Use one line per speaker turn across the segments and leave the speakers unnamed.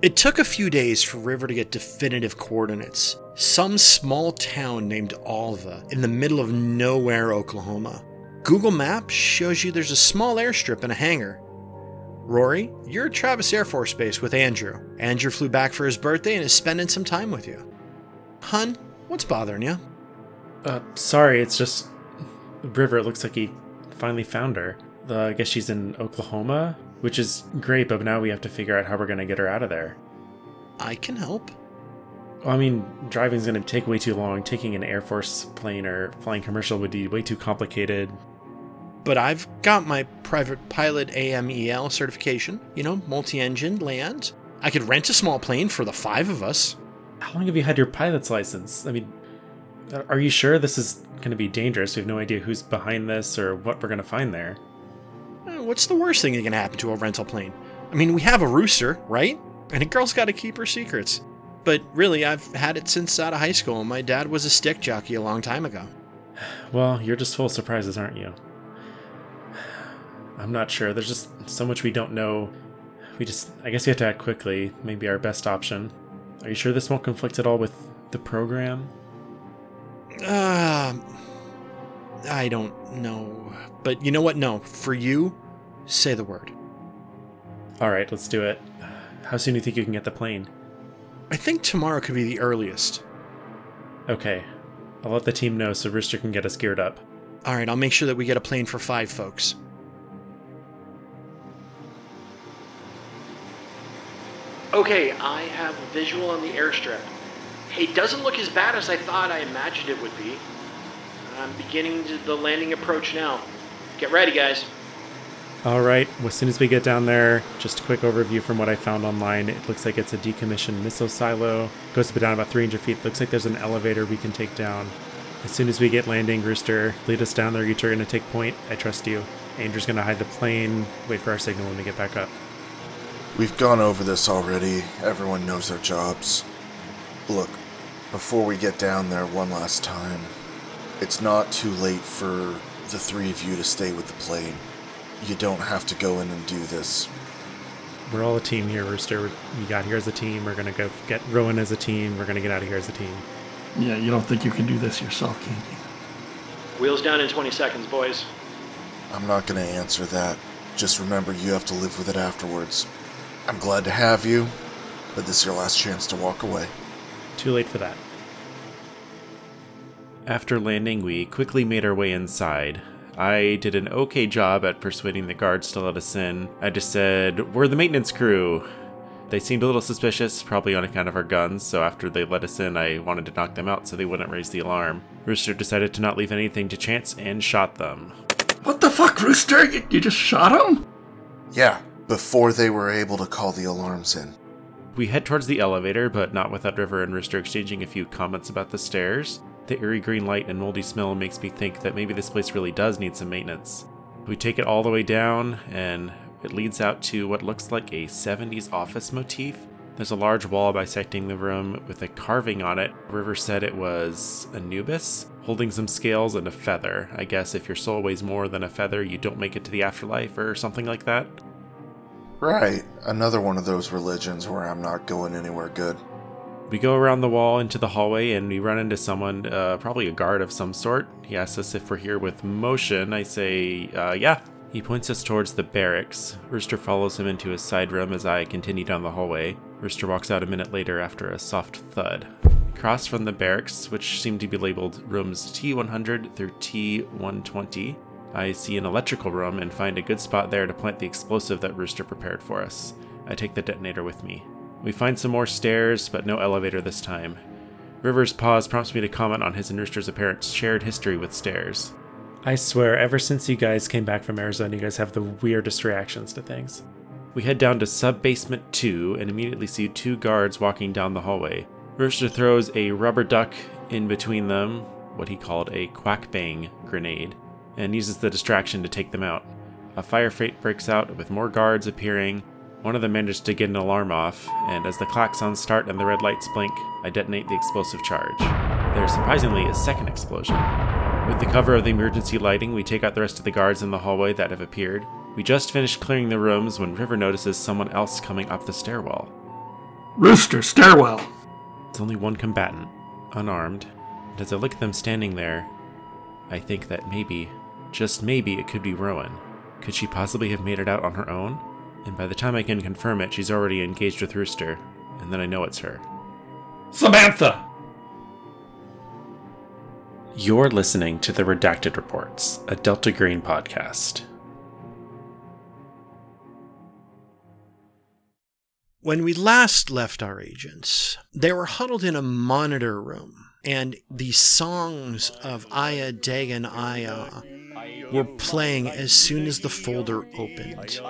It took a few days for River to get definitive coordinates. Some small town named Alva in the middle of nowhere, Oklahoma. Google Maps shows you there's a small airstrip and a hangar. Rory, you're at Travis Air Force Base with Andrew. Andrew flew back for his birthday and is spending some time with you. Hun, what's bothering you?
Uh, sorry, it's just River. It looks like he finally found her. Uh, I guess she's in Oklahoma, which is great, but now we have to figure out how we're going to get her out of there.
I can help.
I mean, driving's going to take way too long. Taking an Air Force plane or flying commercial would be way too complicated.
But I've got my private pilot AMEL certification, you know, multi engine land. I could rent a small plane for the five of us.
How long have you had your pilot's license? I mean, are you sure this is going to be dangerous? We have no idea who's behind this or what we're going to find there.
Eh, What's the worst thing that can happen to a rental plane? I mean, we have a rooster, right? And a girl's got to keep her secrets. But really, I've had it since out of high school, and my dad was a stick jockey a long time ago.
Well, you're just full of surprises, aren't you? I'm not sure. There's just so much we don't know. We just, I guess we have to act quickly. Maybe our best option. Are you sure this won't conflict at all with the program?
Um, I don't know. But you know what? No. For you, say the word.
All right, let's do it. How soon do you think you can get the plane?
I think tomorrow could be the earliest.
Okay, I'll let the team know so Rooster can get us geared up.
All right, I'll make sure that we get a plane for five folks. Okay, I have a visual on the airstrip. It doesn't look as bad as I thought I imagined it would be. I'm beginning to- the landing approach now. Get ready, guys.
All right, as soon as we get down there, just a quick overview from what I found online. It looks like it's a decommissioned missile silo. Goes up and down about 300 feet. Looks like there's an elevator we can take down. As soon as we get landing, Rooster, lead us down there. You're going to take point. I trust you. Andrew's going to hide the plane, wait for our signal when we get back up.
We've gone over this already. Everyone knows their jobs. Look, before we get down there one last time, it's not too late for the three of you to stay with the plane. You don't have to go in and do this.
We're all a team here, Rooster. We're- We got here as a team. We're going to go f- get Rowan as a team. We're going to get out of here as a team.
Yeah, you don't think you can do this yourself, can you?
Wheels down in 20 seconds, boys.
I'm not going to answer that. Just remember you have to live with it afterwards. I'm glad to have you, but this is your last chance to walk away.
Too late for that. After landing, we quickly made our way inside. I did an okay job at persuading the guards to let us in. I just said, We're the maintenance crew. They seemed a little suspicious, probably on account of our guns, so after they let us in, I wanted to knock them out so they wouldn't raise the alarm. Rooster decided to not leave anything to chance and shot them.
What the fuck, Rooster? You, you just shot him?
Yeah, before they were able to call the alarms in.
We head towards the elevator, but not without River and Rooster exchanging a few comments about the stairs. The eerie green light and moldy smell makes me think that maybe this place really does need some maintenance. We take it all the way down, and it leads out to what looks like a 70s office motif. There's a large wall bisecting the room with a carving on it. River said it was Anubis, holding some scales and a feather. I guess if your soul weighs more than a feather, you don't make it to the afterlife or something like that.
Right, another one of those religions where I'm not going anywhere good.
We go around the wall into the hallway and we run into someone, uh, probably a guard of some sort. He asks us if we're here with motion. I say, uh, yeah. He points us towards the barracks. Rooster follows him into his side room as I continue down the hallway. Rooster walks out a minute later after a soft thud. Across from the barracks, which seem to be labeled rooms T100 through T120, I see an electrical room and find a good spot there to plant the explosive that Rooster prepared for us. I take the detonator with me. We find some more stairs, but no elevator this time. Rivers' pause prompts me to comment on his and Rooster's apparent shared history with stairs. I swear, ever since you guys came back from Arizona, you guys have the weirdest reactions to things. We head down to sub basement 2 and immediately see two guards walking down the hallway. Rooster throws a rubber duck in between them, what he called a quack bang grenade, and uses the distraction to take them out. A firefight breaks out with more guards appearing. One of them manages to get an alarm off, and as the klaxons start and the red lights blink, I detonate the explosive charge. There's surprisingly a second explosion. With the cover of the emergency lighting, we take out the rest of the guards in the hallway that have appeared. We just finished clearing the rooms when River notices someone else coming up the stairwell.
Rooster, stairwell.
It's only one combatant, unarmed. And as I look at them standing there, I think that maybe, just maybe, it could be Rowan. Could she possibly have made it out on her own? And by the time I can confirm it, she's already engaged with Rooster, and then I know it's her.
Samantha!
You're listening to the Redacted Reports, a Delta Green podcast.
When we last left our agents, they were huddled in a monitor room, and the songs of Aya Dagon Aya were playing as soon as the folder opened.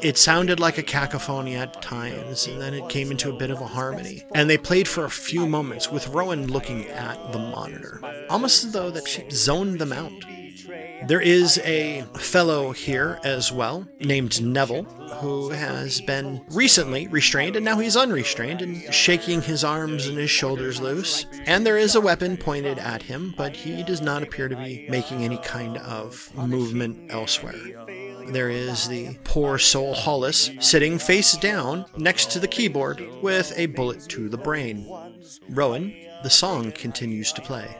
It sounded like a cacophony at times, and then it came into a bit of a harmony. And they played for a few moments with Rowan looking at the monitor, almost as though that she zoned them out. There is a fellow here as well named Neville who has been recently restrained and now he's unrestrained and shaking his arms and his shoulders loose. And there is a weapon pointed at him, but he does not appear to be making any kind of movement elsewhere. There is the poor soul Hollis sitting face down next to the keyboard with a bullet to the brain. Rowan, the song continues to play.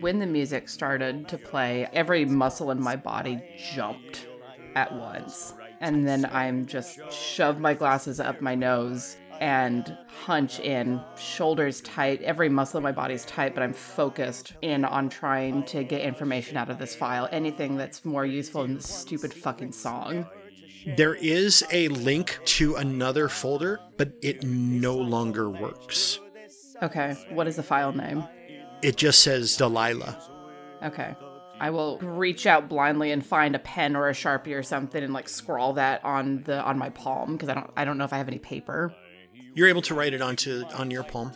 When the music started to play, every muscle in my body jumped at once. And then I'm just shoved my glasses up my nose and hunch in, shoulders tight. Every muscle in my body is tight, but I'm focused in on trying to get information out of this file. Anything that's more useful than this stupid fucking song.
There is a link to another folder, but it no longer works.
Okay, what is the file name?
It just says Delilah.
Okay. I will reach out blindly and find a pen or a sharpie or something and like scrawl that on the on my palm because I don't I don't know if I have any paper.
You're able to write it onto on your palm.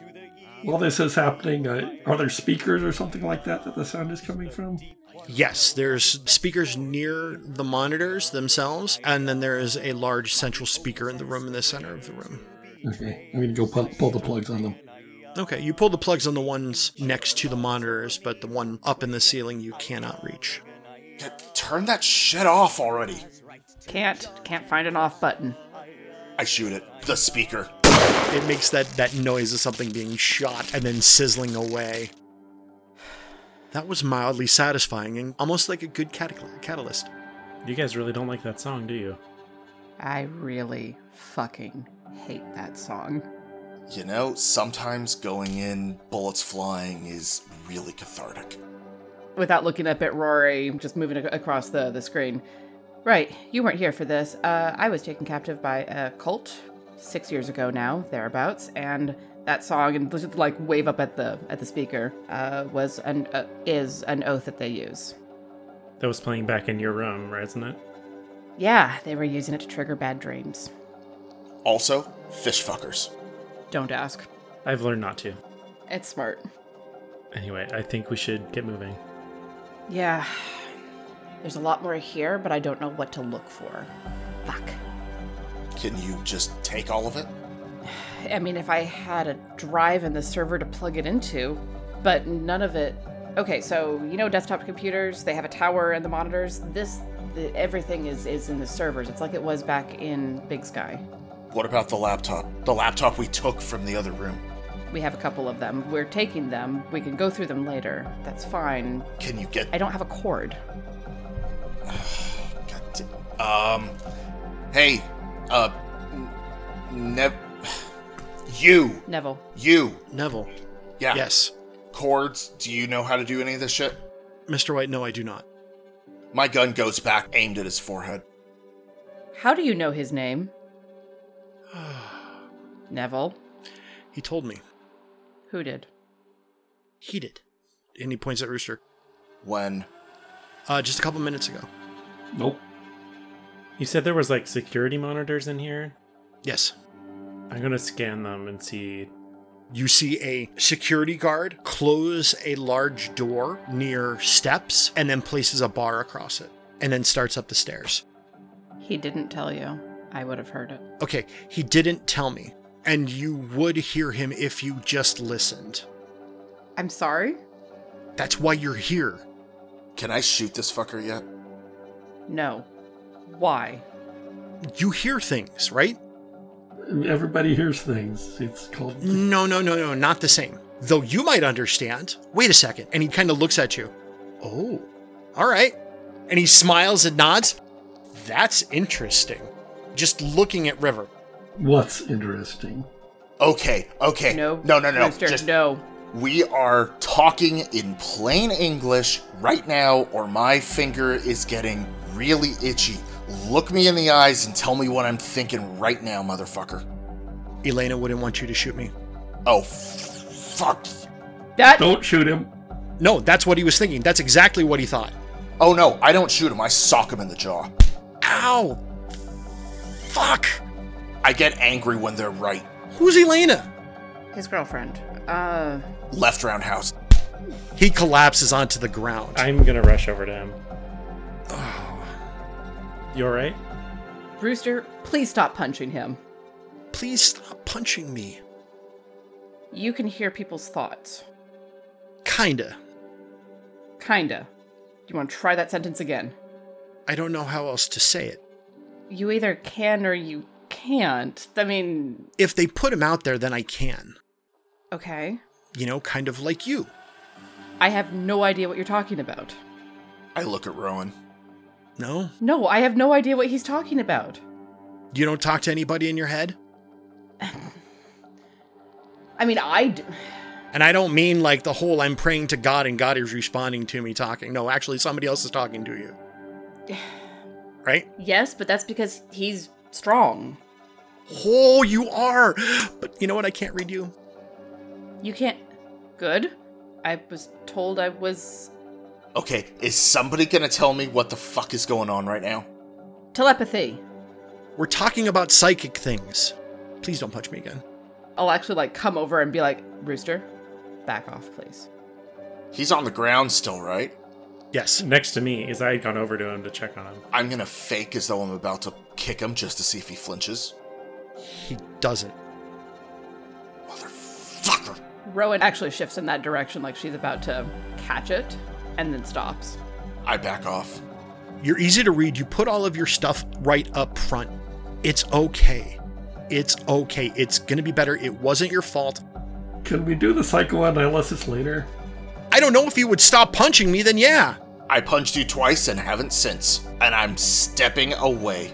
While this is happening, uh, are there speakers or something like that that the sound is coming from?
Yes, there's speakers near the monitors themselves, and then there is a large central speaker in the room in the center of the room.
Okay, I'm gonna go pull, pull the plugs on them.
Okay, you pull the plugs on the ones next to the monitors, but the one up in the ceiling you cannot reach.
T- Turn that shit off already.
Can't can't find an off button.
I shoot it. The speaker.
It makes that, that noise of something being shot and then sizzling away. That was mildly satisfying and almost like a good catac- catalyst.
You guys really don't like that song, do you?
I really fucking hate that song.
You know, sometimes going in, bullets flying is really cathartic.
Without looking up at Rory, just moving ac- across the the screen. Right, you weren't here for this. Uh, I was taken captive by a cult six years ago now, thereabouts, and that song and just like wave up at the at the speaker uh, was an uh, is an oath that they use.
That was playing back in your room, right, isn't it?
Yeah, they were using it to trigger bad dreams.
Also, fish fuckers.
Don't ask.
I've learned not to.
It's smart.
Anyway, I think we should get moving.
Yeah. There's a lot more here, but I don't know what to look for. Fuck.
Can you just take all of it?
I mean, if I had a drive and the server to plug it into, but none of it. Okay, so you know, desktop computers they have a tower and the monitors. This, the, everything is is in the servers. It's like it was back in Big Sky.
What about the laptop? The laptop we took from the other room.
We have a couple of them. We're taking them. We can go through them later. That's fine.
Can you get
I don't have a cord.
God da- um Hey, uh Nev You
Neville,
you
Neville.
yeah
Yes.
chords, do you know how to do any of this shit?
Mr. White, no, I do not.
My gun goes back aimed at his forehead.
how do you know his name? Neville,
He told me.
who did?
He did. And he points at Rooster.
When
Uh, just a couple minutes ago.
Nope.
You said there was like security monitors in here.
Yes.
I'm gonna scan them and see.
You see a security guard close a large door near steps and then places a bar across it and then starts up the stairs.
He didn't tell you. I would have heard it.
Okay, he didn't tell me. And you would hear him if you just listened.
I'm sorry.
That's why you're here.
can I shoot this fucker yet?
No. Why?
You hear things, right?
Everybody hears things. It's called.
No, no, no, no, not the same. Though you might understand. Wait a second. And he kind of looks at you. Oh, all right. And he smiles and nods. That's interesting. Just looking at River.
What's interesting?
Okay, okay.
No.
no, no. no.
Rooster,
Just
no.
We are talking in plain English right now, or my finger is getting really itchy. Look me in the eyes and tell me what I'm thinking right now, motherfucker.
Elena wouldn't want you to shoot me.
Oh, f- fuck.
That
Don't shoot him.
No, that's what he was thinking. That's exactly what he thought.
Oh no, I don't shoot him. I sock him in the jaw.
Ow! Fuck!
I get angry when they're right.
Who's Elena?
his girlfriend. Uh,
Left roundhouse.
He collapses onto the ground.
I'm gonna rush over to him. You alright?
Brewster, please stop punching him.
Please stop punching me.
You can hear people's thoughts.
Kinda.
Kinda. You want to try that sentence again?
I don't know how else to say it.
You either can or you can't. I mean,
If they put him out there, then I can.
okay.
You know, kind of like you.
I have no idea what you're talking about.
I look at Rowan.
No?
No, I have no idea what he's talking about.
You don't talk to anybody in your head?
I mean, I. D-
And I don't mean like the whole I'm praying to God and God is responding to me talking. No, actually, somebody else is talking to you. Right?
yes, but that's because he's strong.
Oh, you are! But you know what? I can't read you.
You can't. Good. I was told I was
Okay, is somebody gonna tell me what the fuck is going on right now?
telepathy.
We're talking about psychic things. Please don't punch me again.
I'll actually like come over and be like, Rooster, back off, please.
He's on the ground still, right?
Yes.
Next to me is I had gone over to him to check on him.
I'm gonna fake as though I'm about to kick him just to see if he flinches.
He doesn't.
Motherfucker!
Rowan actually shifts in that direction, like she's about to catch it, and then stops.
I back off.
You're easy to read. You put all of your stuff right up front. It's okay. It's okay. It's going to be better. It wasn't your fault.
Can we do the psychoanalysis later?
I don't know if you would stop punching me, then yeah.
I punched you twice and haven't since, and I'm stepping away.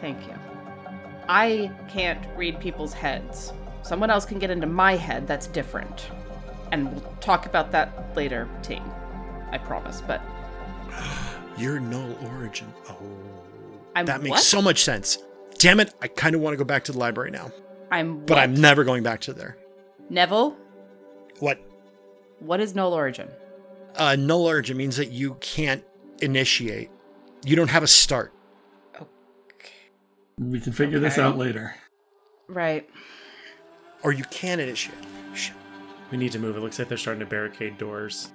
Thank you. I can't read people's heads. Someone else can get into my head, that's different. And we'll talk about that later, team. I promise, but
You're null origin. Oh.
I'm
that makes
what?
so much sense. Damn it. I kind of want to go back to the library now,
I'm.
but
what?
I'm never going back to there.
Neville,
What?
what is null origin?
Uh, null origin means that you can't initiate, you don't have a start.
We can figure this
Okay.
out later.
Right.
or you can initiate. Shit.
We need to move. It looks like they're starting to barricade doors.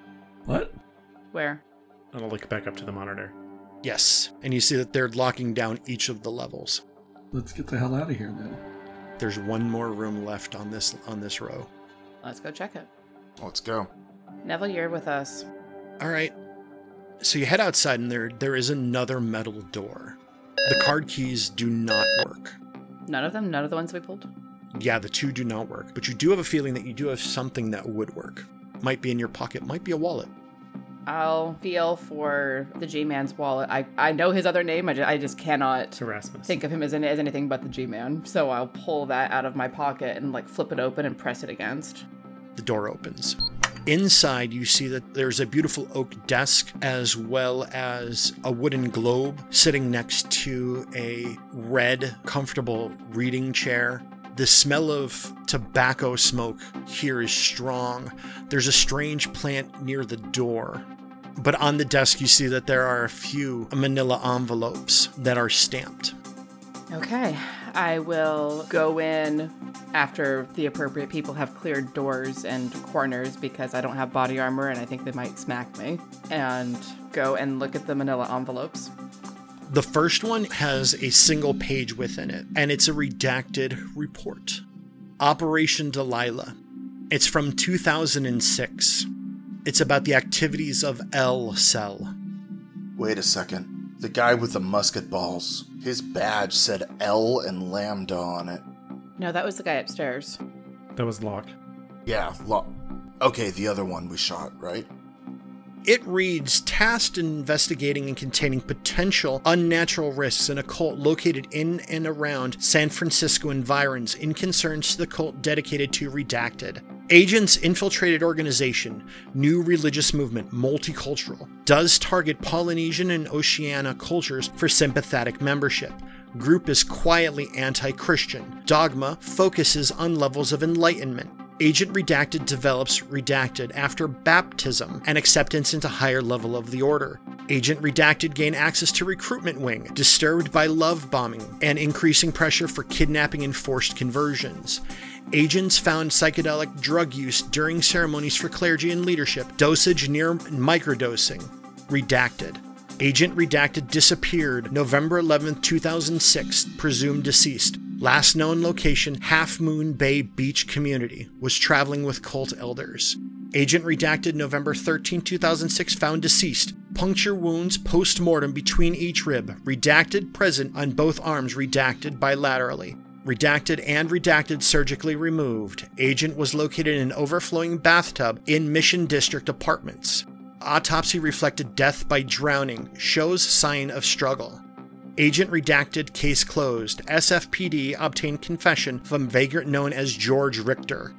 What?
Where?
And I'll look back up to the monitor.
Yes, and you see that they're locking down each of the levels.
Let's get the hell out of here then.
There's one more room left on this on this row.
Let's go check it.
Let's go.
Neville, you're with us.
All right. So you head outside and there there is another metal door. The card keys do not work.
None of them? None of the ones we pulled?
Yeah, the two do not work, but you do have a feeling that you do have something that would work. Might be in your pocket, might be a wallet.
I'll feel for the G Man's wallet. I, I know his other name. I just, I just cannot
It's Erasmus.
think of him as, an, as anything but the G Man. So I'll pull that out of my pocket and like flip it open and press it against.
The door opens. Inside, you see that there's a beautiful oak desk as well as a wooden globe sitting next to a red, comfortable reading chair. The smell of tobacco smoke here is strong. There's a strange plant near the door. But on the desk, you see that there are a few manila envelopes that are stamped.
Okay. I will go in after the appropriate people have cleared doors and corners because I don't have body armor and I think they might smack me. And go and look at the manila envelopes.
The first one has a single page within it, and it's a redacted report Operation Delilah. It's from 2006. It's about the activities of L Cell.
Wait a second. The guy with the musket balls. His badge said L and Lambda on it.
No, that was the guy upstairs.
That was Locke.
Yeah, lo- okay, the other one we shot, right?
It reads tasked in investigating and containing potential unnatural risks in a cult located in and around San Francisco environs in concerns to the cult dedicated to redacted. Agents infiltrated organization, new religious movement, multicultural, does target Polynesian and Oceania cultures for sympathetic membership. Group is quietly anti Christian. Dogma focuses on levels of enlightenment. Agent Redacted develops Redacted after baptism and acceptance into higher level of the order. Agent Redacted gain access to recruitment wing, disturbed by love bombing and increasing pressure for kidnapping and forced conversions. Agents found psychedelic drug use during ceremonies for clergy and leadership, dosage near microdosing. Redacted. Agent Redacted disappeared November 11, 2006, presumed deceased. Last known location, Half Moon Bay Beach Community, was traveling with cult elders. Agent Redacted, November 13, 2006, found deceased. Puncture wounds post mortem between each rib. Redacted present on both arms, redacted bilaterally. Redacted and redacted surgically removed. Agent was located in an overflowing bathtub in Mission District apartments. Autopsy reflected death by drowning, shows sign of struggle. Agent redacted, case closed. SFPD obtained confession from vagrant known as George Richter.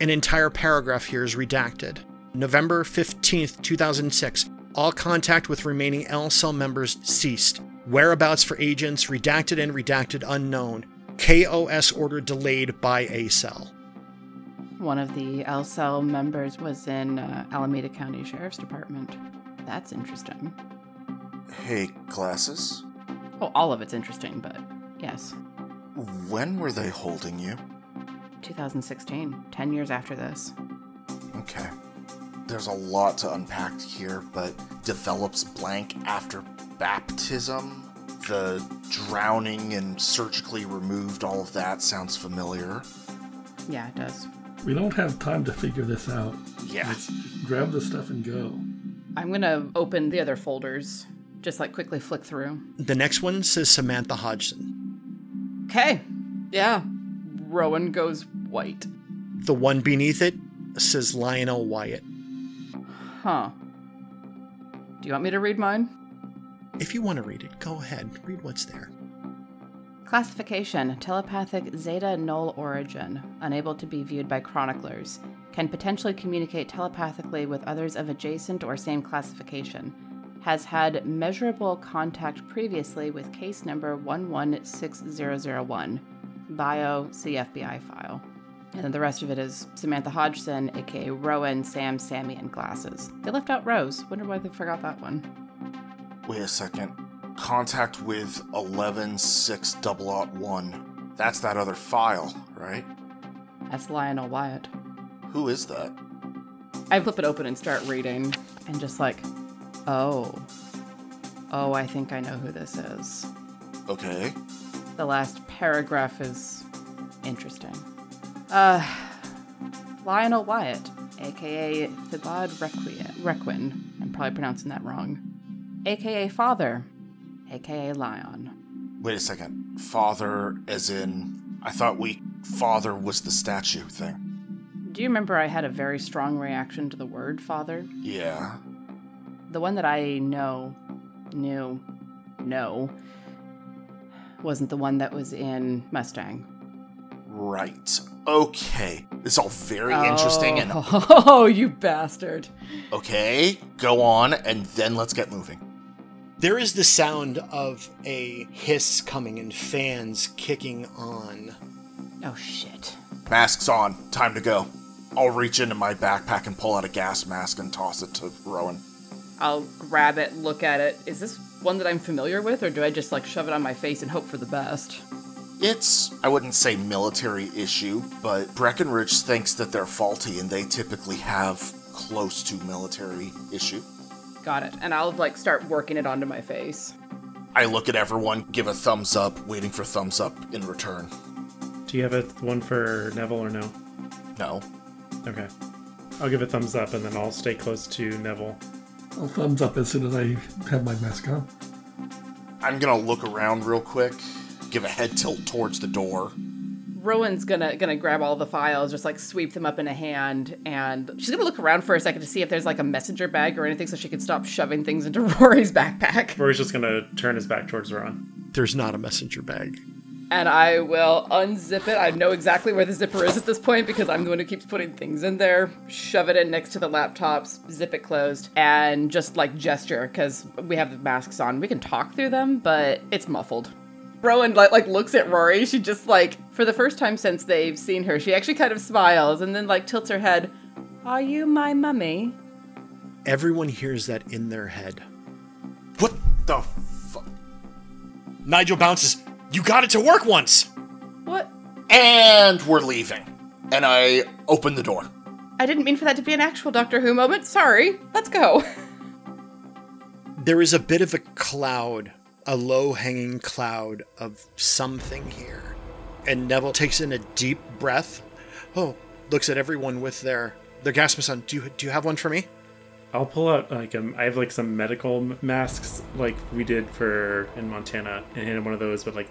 An entire paragraph here is redacted. November 15th, 2006. All contact with remaining L cell members ceased. Whereabouts for agents redacted and redacted unknown. KOS order delayed by A cell.
One of the L cell members was in uh, Alameda County Sheriff's Department. That's interesting.
Hey, glasses?
Oh, all of it's interesting, but yes.
When were they holding you?
2016, 10 years after this.
Okay. There's a lot to unpack here, but develops blank after baptism. The drowning and surgically removed, all of that sounds familiar.
Yeah, it does.
We don't have time to figure this out.
Yeah.
Let's grab the stuff and go.
I'm going to open the other folders, just like quickly flick through.
The next one says Samantha Hodgson.
Okay. Yeah. Rowan goes white.
The one beneath it says Lionel Wyatt.
Huh. Do you want me to read mine?
If you want to read it, go ahead. Read what's there.
Classification Telepathic Zeta Null Origin, unable to be viewed by chroniclers, can potentially communicate telepathically with others of adjacent or same classification. Has had measurable contact previously with case number 116001, bio CFBI file. And then the rest of it is Samantha Hodgson, aka Rowan, Sam, Sammy, and Glasses. They left out Rose. Wonder why they forgot that one.
Wait a second. Contact with 11601. That's that other file, right?
That's Lionel Wyatt.
Who is that?
I flip it open and start reading, and just like, oh, oh, I think I know who this is.
Okay.
The last paragraph is interesting. Uh, Lionel Wyatt, aka Thibod Requi- Requin, I'm probably pronouncing that wrong, aka Father, aka Lion.
Wait a second. Father, as in, I thought we. Father was the statue thing.
Do you remember I had a very strong reaction to the word Father?
Yeah.
the one that I know, knew, know, wasn't the one that was in Mustang.
Right. Okay. It's all very interesting and.
oh, you bastard!
Okay. Go on, and then let's get moving.
There is the sound of a hiss coming and fans kicking on.
Oh shit!
Masks on. Time to go. I'll reach into my backpack and pull out a gas mask and toss it to Rowan.
I'll grab it, look at it. Is this one that I'm familiar with, or do I just like shove it on my face and hope for the best?
It's, I wouldn't say military issue, but Breckenridge thinks that they're faulty and they typically have close to military issue.
Got it. And I'll like start working it onto my face.
I look at everyone, give a thumbs up, waiting for thumbs up in return.
Do you have a one for Neville or no?
No.
Okay. I'll give a thumbs up and then I'll stay close to Neville.
I'll thumbs up as soon as I have my mask on.
I'm gonna look around real quick, give a head tilt towards the door.
Rowan's gonna gonna grab all the files, just like sweep them up in a hand, and she's gonna look around for a second to see if there's like a messenger bag or anything, so she can stop shoving things into Rory's backpack.
Rory's just gonna turn his back towards Ron.
There's not a messenger bag.
And I will unzip it. I know exactly where the zipper is at this point because I'm the one who keeps putting things in there. Shove it in next to the laptops, zip it closed, and just like gesture because we have the masks on. We can talk through them, but it's muffled. Rowan like, like looks at Rory. She just like for the first time since they've seen her, she actually kind of smiles and then like tilts her head. Are you my mummy?
Everyone hears that in their head.
What the fuck?
Nigel bounces. You got it to work once.
What?
And we're leaving. And I open the door.
I didn't mean for that to be an actual Doctor Who moment. Sorry. Let's go.
There is a bit of a cloud, a low hanging cloud of something here. And Neville takes in a deep breath. Oh, looks at everyone with their their gas mask on. Do you, do you have one for me?
I'll pull out like um, I have like some medical m- masks like we did for in Montana and handed one of those, but like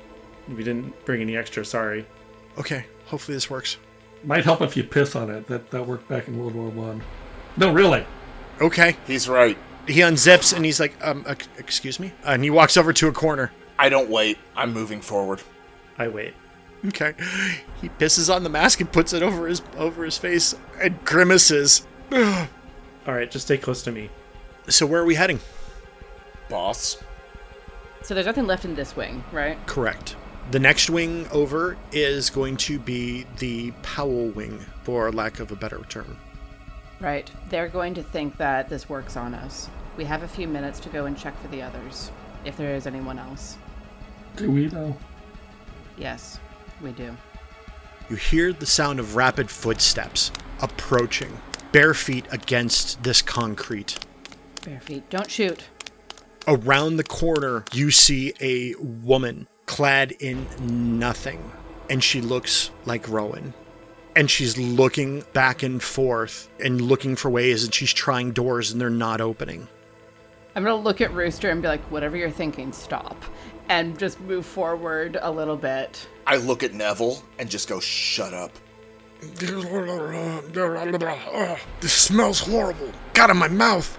we didn't bring any extra. Sorry.
Okay, hopefully this works.
Might help if you piss on it. That that worked back in World War One. No, really.
Okay.
He's right.
He unzips and he's like, um, ex- excuse me? And he walks over to a corner.
I don't wait. I'm moving forward.
I wait.
Okay. He pisses on the mask and puts it over his over his face and grimaces.
All right, just stay close to me.
So where are we heading?
Boss.
So there's nothing left in this wing, right?
Correct. The next wing over is going to be the Powell wing, for lack of a better term.
Right. They're going to think that this works on us. We have a few minutes to go and check for the others, if there is anyone else.
Do we know?
Yes, we do.
You hear the sound of rapid footsteps approaching, bare feet against this concrete.
Bare feet. Don't shoot.
Around the corner, you see a woman clad in nothing, and she looks like Rowan. And she's looking back and forth and looking for ways, and she's trying doors, and they're not opening.
I'm gonna look at Rooster and be like, whatever you're thinking, stop. And just move forward a little bit.
I look at Neville and just go, shut up.
This smells horrible. Got Oh, in my mouth.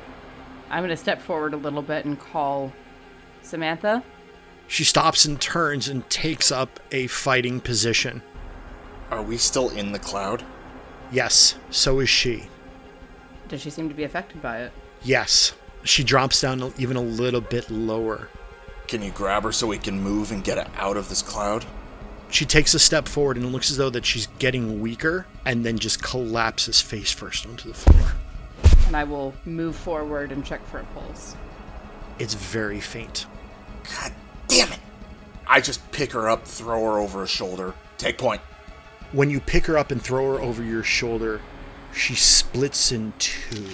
I'm gonna step forward a little bit and call Samantha.
She stops and turns and takes up a fighting position.
Are we still in the cloud?
Yes, so is she.
Does she seem to be affected by it?
Yes. She drops down even a little bit lower.
Can you grab her so we can move and get out of this cloud?
She takes a step forward and looks as though that she's getting weaker and then just collapses face first onto the floor.
And I will move forward and check for a pulse.
It's very faint.
God damn it! I just pick her up, throw her over a shoulder. Take point.
When you pick her up and throw her over your shoulder, she splits in two,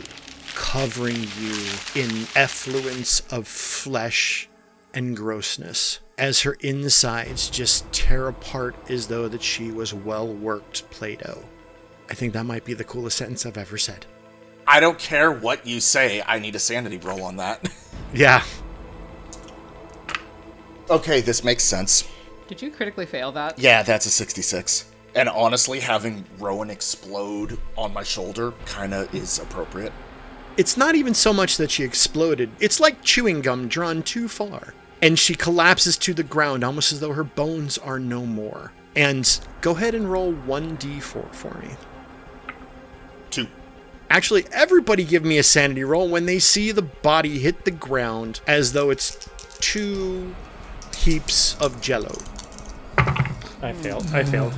covering you in effluence of flesh and grossness as her insides just tear apart as though that she was well worked Play-Doh. I think that might be the coolest sentence I've ever said.
I don't care what you say, I need a sanity roll on that.
Yeah.
okay, this makes sense.
Did you critically fail that?
Yeah, that's a 66. And honestly, having Rowan explode on my shoulder kinda is appropriate.
It's not even so much that she exploded, it's like chewing gum drawn too far. And she collapses to the ground almost as though her bones are no more. And go ahead and roll 1d4 for me.
Two.
Actually, everybody give me a sanity roll when they see the body hit the ground as though it's two heaps of jello.
I failed. I failed.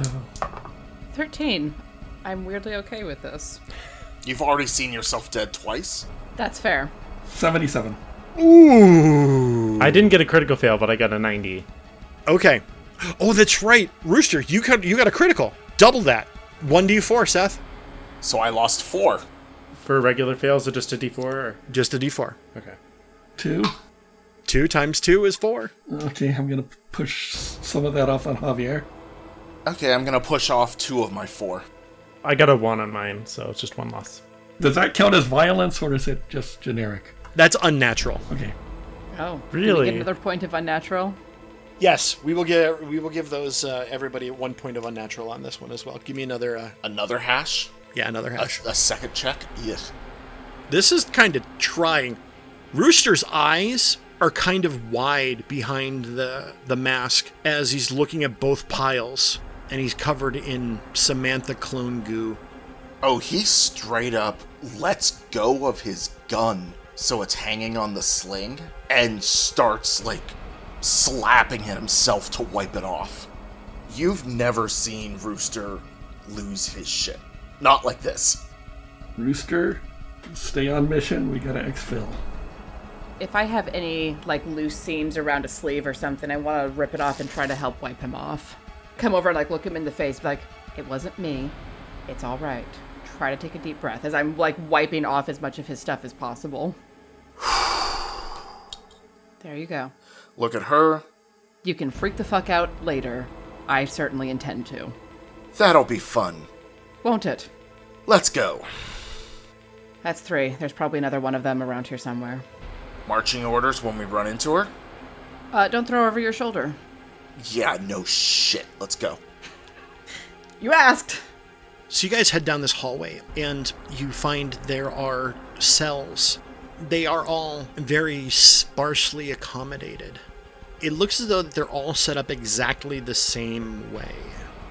13. I'm weirdly okay with this.
You've already seen yourself dead twice?
That's fair.
Seventy-seven.
Ooh.
I didn't get a critical fail, but I got a 90.
Okay. Oh, that's right. Rooster, you got you got a critical. Double that. 1d4, Seth.
So I lost four.
For regular fails, or just a d4? Or...
Just a d4.
Okay.
Two.
2 times 2 is 4.
Okay, I'm gonna push some of that off on Javier.
Okay, I'm gonna push off two of my four.
I got a 1 on mine, so it's just one loss.
Does that count as violence or is it just generic?
That's unnatural.
Okay.
Oh.
Really?
Get another point of unnatural.
Yes, we will get we will give those uh, everybody one point of unnatural on this one as well. Give me another. Uh,
Another hash?
yeah, another
A,
hash.
a second check?
Yes.
This is kind of trying. Rooster's eyes are kind of wide behind the the mask as he's looking at both piles, and he's covered in Samantha clone goo.
Oh, he straight up lets go of his gun so it's hanging on the sling and starts, like, slapping at himself to wipe it off. You've never seen Rooster lose his shit. Not like this.
Rooster, stay on mission. We gotta exfil.
If I have any like loose seams around a sleeve or something, I want to rip it off and try to help wipe him off. Come over and like look him in the face, be like, "It wasn't me. It's all right." Try to take a deep breath as I'm like wiping off as much of his stuff as possible. there you go.
Look at her.
You can freak the fuck out later. I certainly intend to.
That'll be fun.
Won't it?
Let's go.
That's three. There's probably another one of them around here somewhere.
Marching orders when we run into her?
Uh, don't throw over your shoulder.
Yeah, no shit. Let's go.
You asked.
So you guys head down this hallway and you find there are cells. They are all very sparsely accommodated. It looks as though they're all set up exactly the same way.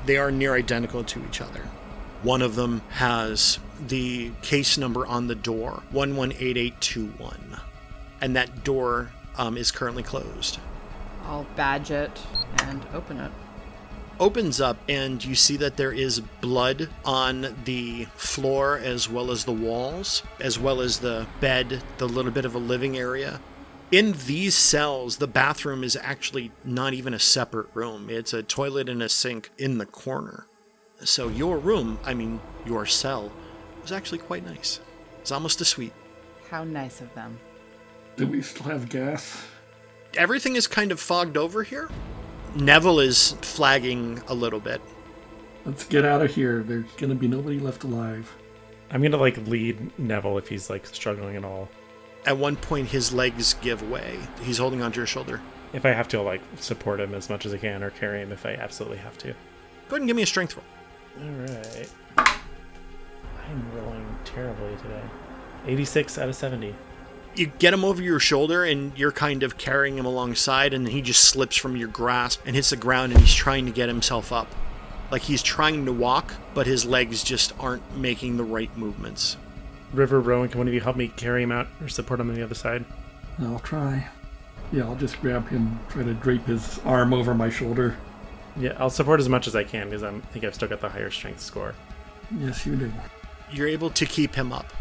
They are near identical to each other. One of them has the case number on the door 118821, and that door um, is currently closed.
I'll badge it and open it.
opens up and you see that there is blood on the floor as well as the walls, as well as the bed, the little bit of a living area. In these cells, the bathroom is actually not even a separate room. It's a toilet and a sink in the corner. So your room, I mean your cell, was actually quite nice. It's almost a suite.
How nice of them.
Do we still have gas?
Everything is kind of fogged over here. Neville is flagging a little bit.
Let's get out of here. There's gonna be nobody left alive.
I'm gonna like lead Neville if he's like struggling at all.
At one point, his legs give way. He's holding onto your shoulder.
If I have to, I'll, like support him as much as I can or carry him if I absolutely have to.
Go ahead and give me a strength roll.
All right. I'm rolling terribly today. 86 out of 70.
You get him over your shoulder, and you're kind of carrying him alongside, and he just slips from your grasp and hits the ground, and he's trying to get himself up. Like he's trying to walk, but his legs just aren't making the right movements.
River Rowan, can one of you help me carry him out or support him on the other side?
I'll try. Yeah, I'll just grab him, try to drape his arm over my shoulder.
Yeah, I'll support as much as I can because I think I've still got the higher strength score.
Yes, you do.
You're able to keep him up.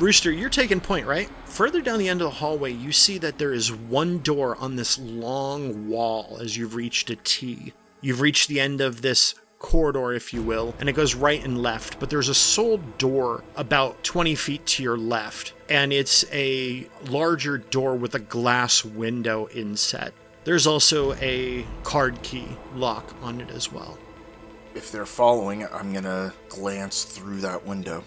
Rooster, you're taking point, right? Further down the end of the hallway, you see that there is one door on this long wall as you've reached a T. You've reached the end of this corridor, if you will, and it goes right and left, but there's a sole door about 20 feet to your left, and it's a larger door with a glass window inset. There's also a card key lock on it as well.
If they're following, I'm gonna glance through that window.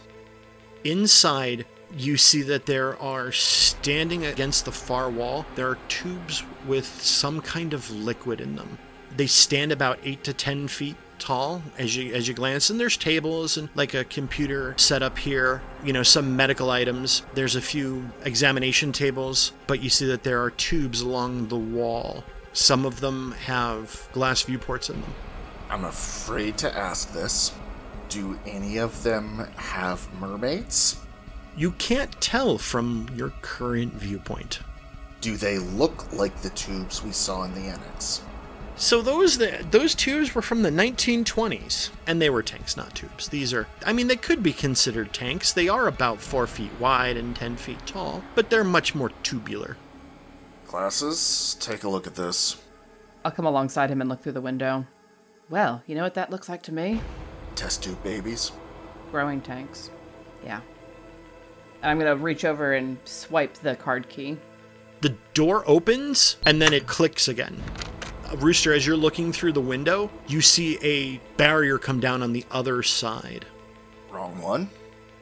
Inside, you see that there are standing against the far wall, there are tubes with some kind of liquid in them. They stand about eight to ten feet tall as you as you glance and there's tables and like a computer set up here you know some medical items there's a few examination tables but you see that there are tubes along the wall some of them have glass viewports in them
I'm afraid to ask this. Do any of them have mermaids?
you can't tell from your current viewpoint
Do they look like the tubes we saw in the annex?
So those that, those tubes were from the 1920s, and they were tanks, not tubes. These are, I mean, they could be considered tanks. They are about four feet wide and ten feet tall, but they're much more tubular.
Glasses, take a look at this.
I'll come alongside him and look through the window. Well, you know what that looks like to me?
Test tube babies.
Growing tanks. Yeah. And I'm gonna reach over and swipe the card key.
The door opens and then it clicks again. Uh, Rooster, as you're looking through the window, you see a barrier come down on the other side.
Wrong one?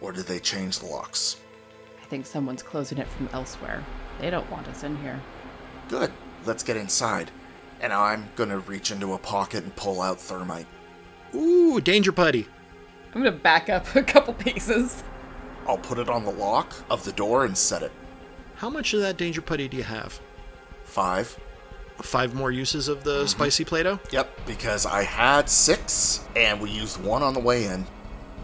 Or did they change the locks?
I think someone's closing it from elsewhere. They don't want us in here.
Good. Let's get inside. and I'm gonna reach into a pocket and pull out thermite.
Ooh, danger putty.
I'm gonna back up a couple paces.
I'll put it on the lock of the door and set it.
How much of that danger putty do you have?
Five.
Five more uses of the spicy Play Doh?
Yep, because I had six, and we used one on the way in.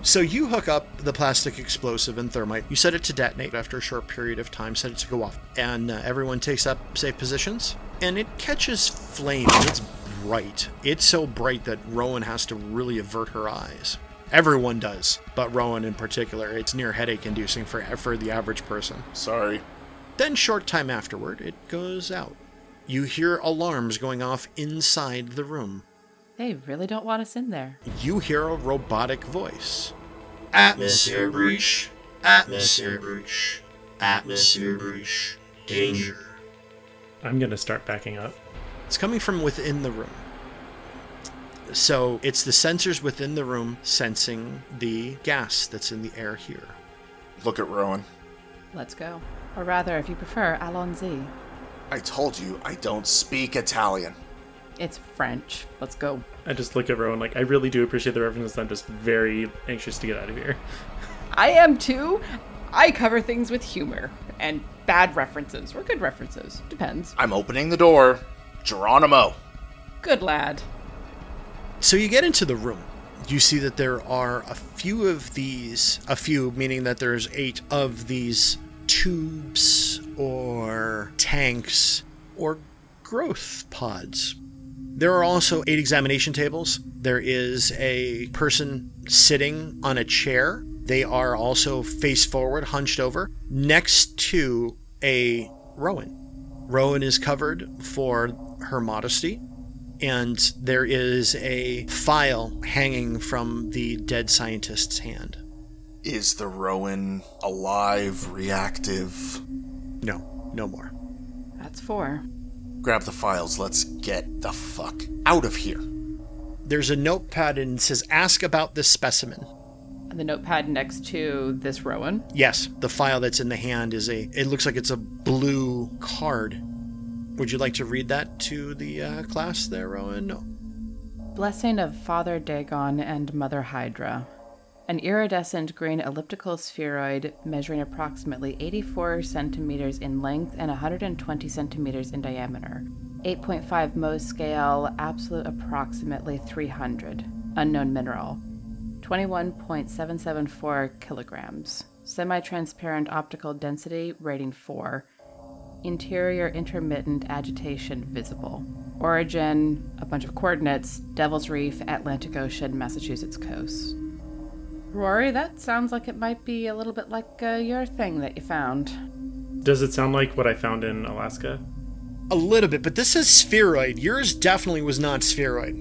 So you hook up the plastic explosive and thermite. You set it to detonate after a short period of time, set it to go off. And uh, everyone takes up safe positions. And it catches flame. and It's bright. It's so bright that Rowan has to really avert her eyes. Everyone does, but Rowan in particular. It's near headache inducing for, for the average person.
Sorry.
Then, short time afterward, it goes out. You hear alarms going off inside the room.
They really don't want us in there.
You hear a robotic voice. Atmosphere breach. Atmosphere breach. Atmosphere breach. Danger.
I'm gonna start backing up.
It's coming from within the room. So it's the sensors within the room sensing the gas that's in the air here.
Look at Rowan.
Let's go. Or rather, if you prefer, allons-y.
I told you I don't speak Italian.
It's French. Let's go.
I just look at Rowan like I really do appreciate the references. I'm just very anxious to get out of here.
I am too. I cover things with humor and bad references or good references. Depends.
I'm opening the door. Geronimo.
Good lad.
So you get into the room. You see that there are a few of these, a few meaning that there's eight of these tubes or tanks or growth pods. There are also eight examination tables. There is a person sitting on a chair. They are also face forward, hunched over, next to a Rowan. Rowan is covered for her modesty and there is a file hanging from the dead scientist's hand.
Is the Rowan alive, reactive?
No, no more.
That's four.
Grab the files. Let's get the fuck out of here.
There's a notepad and it says, Ask about this specimen.
And the notepad next to this Rowan.
Yes, the file that's in the hand is a, it looks like it's a blue card. Would you like to read that to the uh, class there, Rowan? No.
Blessing of Father Dagon and Mother Hydra. An iridescent green elliptical spheroid measuring approximately 84 centimeters in length and 120 centimeters in diameter. 8.5 Mohs scale, absolute approximately 300. Unknown mineral. 21.774 kilograms. Semi transparent optical density, rating 4 interior intermittent agitation visible. Origin, a bunch of coordinates Devil's Reef, Atlantic Ocean, Massachusetts coast. Rory, that sounds like it might be a little bit like uh, your thing that you found.
Does it sound like what I found in Alaska?
A little bit, but this is spheroid. Yours definitely was not spheroid.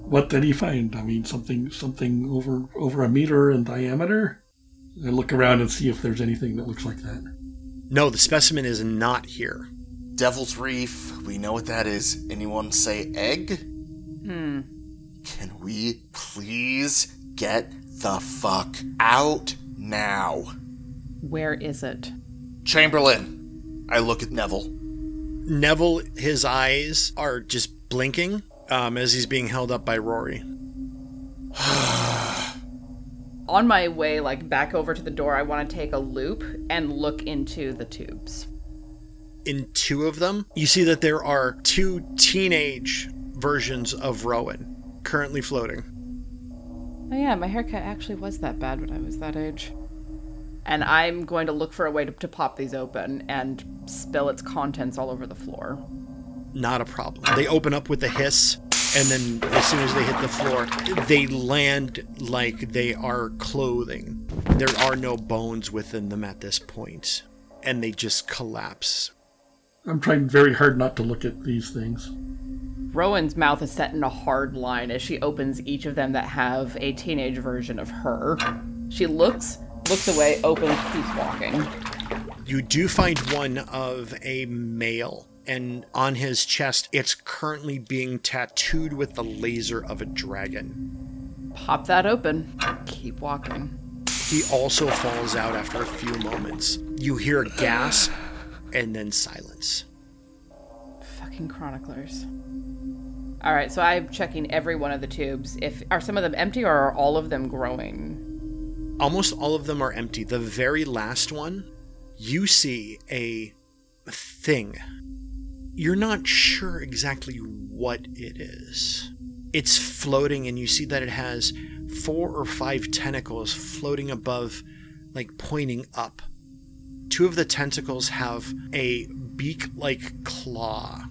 What did he find? I mean, something something over over a meter in diameter. I look around and see if there's anything that looks like that.
No, the specimen is not here.
Devil's Reef. We know what that is. Anyone say egg?
Hmm.
Can we please get the fuck out now?
Where is it?
Chamberlain. I look at Neville.
Neville, his eyes are just blinking um, as he's being held up by Rory.
On my way, like back over to the door, I want to take a loop and look into the tubes.
in two of them, you see that there are two teenage versions of Rowan currently floating.
Oh yeah, my haircut actually was that bad when I was that age. And I'm going to look for a way to, to pop these open and spill its contents all over the floor.
Not a problem. They open up with a hiss, and then as soon as they hit the floor, they land like they are clothing. There are no bones within them at this point, and they just collapse.
I'm trying very hard not to look at these things.
Rowan's mouth is set in a hard line as she opens each of them that have a teenage version of her. She looks, looks away, opens, keeps walking.
You do find one of a male, and on his chest, it's currently being tattooed with the laser of a dragon.
Pop that open, keep walking.
He also falls out after a few moments. You hear a gasp and then silence.
Fucking chroniclers. All right, so I'm checking every one of the tubes. If are some of them empty or are all of them growing?
Almost all of them are empty. The very last one, you see a thing. You're not sure exactly what it is. It's floating, and you see that it has four or five tentacles floating above, like pointing up. Two of the tentacles have a beak like claw.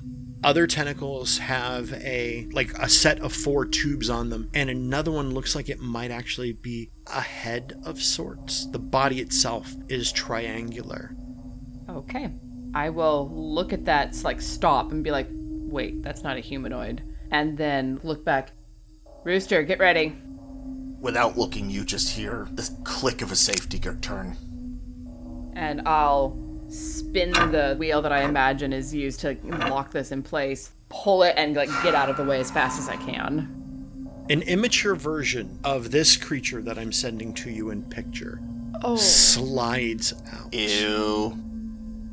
Other tentacles have a like a set of four tubes on them, and another one looks like it might actually be a head of sorts. The body itself is triangular.
Okay, I will look at that s- like stop and be like, wait, that's not a humanoid, and then look back. Rooster, get ready.
Without looking, you just hear the click of a safety gear turn.
and I'll spin the wheel that I imagine is used to lock this in place, pull it, and like get out of the way as fast as I can.
An immature version of this creature that I'm sending to you in picture
Oh,
slides out.
Ew.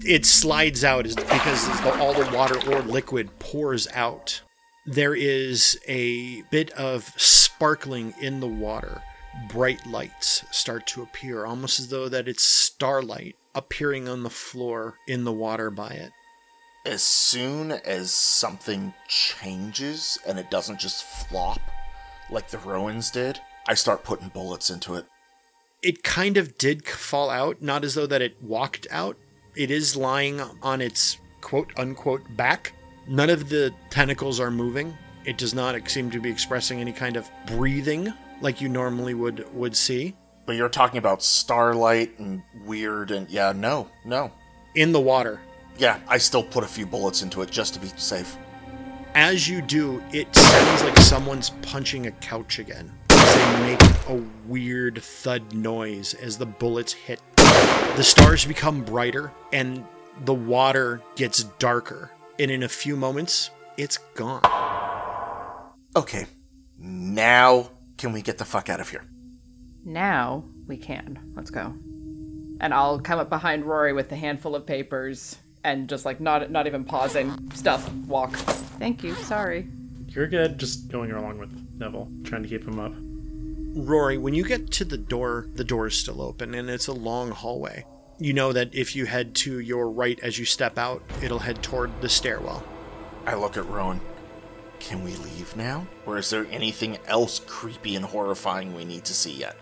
it slides out is because as the- all the water or liquid pours out. There is a bit of sparkling in the water. Bright lights start to appear, almost as though that it's starlight appearing on the floor in the water by it.
As soon as something changes and it doesn't just flop like the Rowans did, I start putting bullets into it.
It kind of did c- fall out, not as though that it walked out. It is lying on its quote unquote back. None of the tentacles are moving. It does not ex- seem to be expressing any kind of breathing like you normally would would see.
But you're talking about starlight and weird and yeah, no, no.
in the water.
Yeah, I still put a few bullets into it just to be safe.
As you do, it sounds like someone's punching a couch again. They make a weird thud noise as the bullets hit. The stars become brighter and the water gets darker. And in a few moments, it's gone.
Okay, now can we get the fuck out of here?
now we can. Let's go. And I'll come up behind Rory with a handful of papers and just like not not even pausing, stuff, walk. Thank you. Sorry.
You're good. Just going along with Neville, trying to keep him up.
Rory, when you get to the door, the door is still open and it's a long hallway. You know that if you head to your right as you step out, it'll head toward the stairwell.
I look at Rowan. Can we leave now? Or is there anything else creepy and horrifying we need to see yet?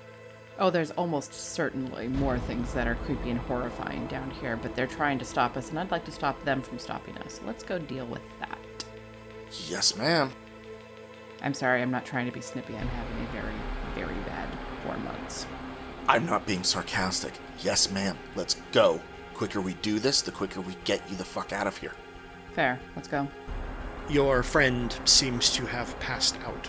Oh, there's almost certainly more things that are creepy and horrifying down here, but they're trying to stop us, and I'd like to stop them from stopping us. So let's go deal with that.
Yes, ma'am.
I'm sorry, I'm not trying to be snippy. I'm having a very, very bad four months.
I'm not being sarcastic. Yes, ma'am. Let's go. Quicker we do this, the quicker we get you the fuck out of here.
Fair. Let's go.
Your friend seems to have passed out.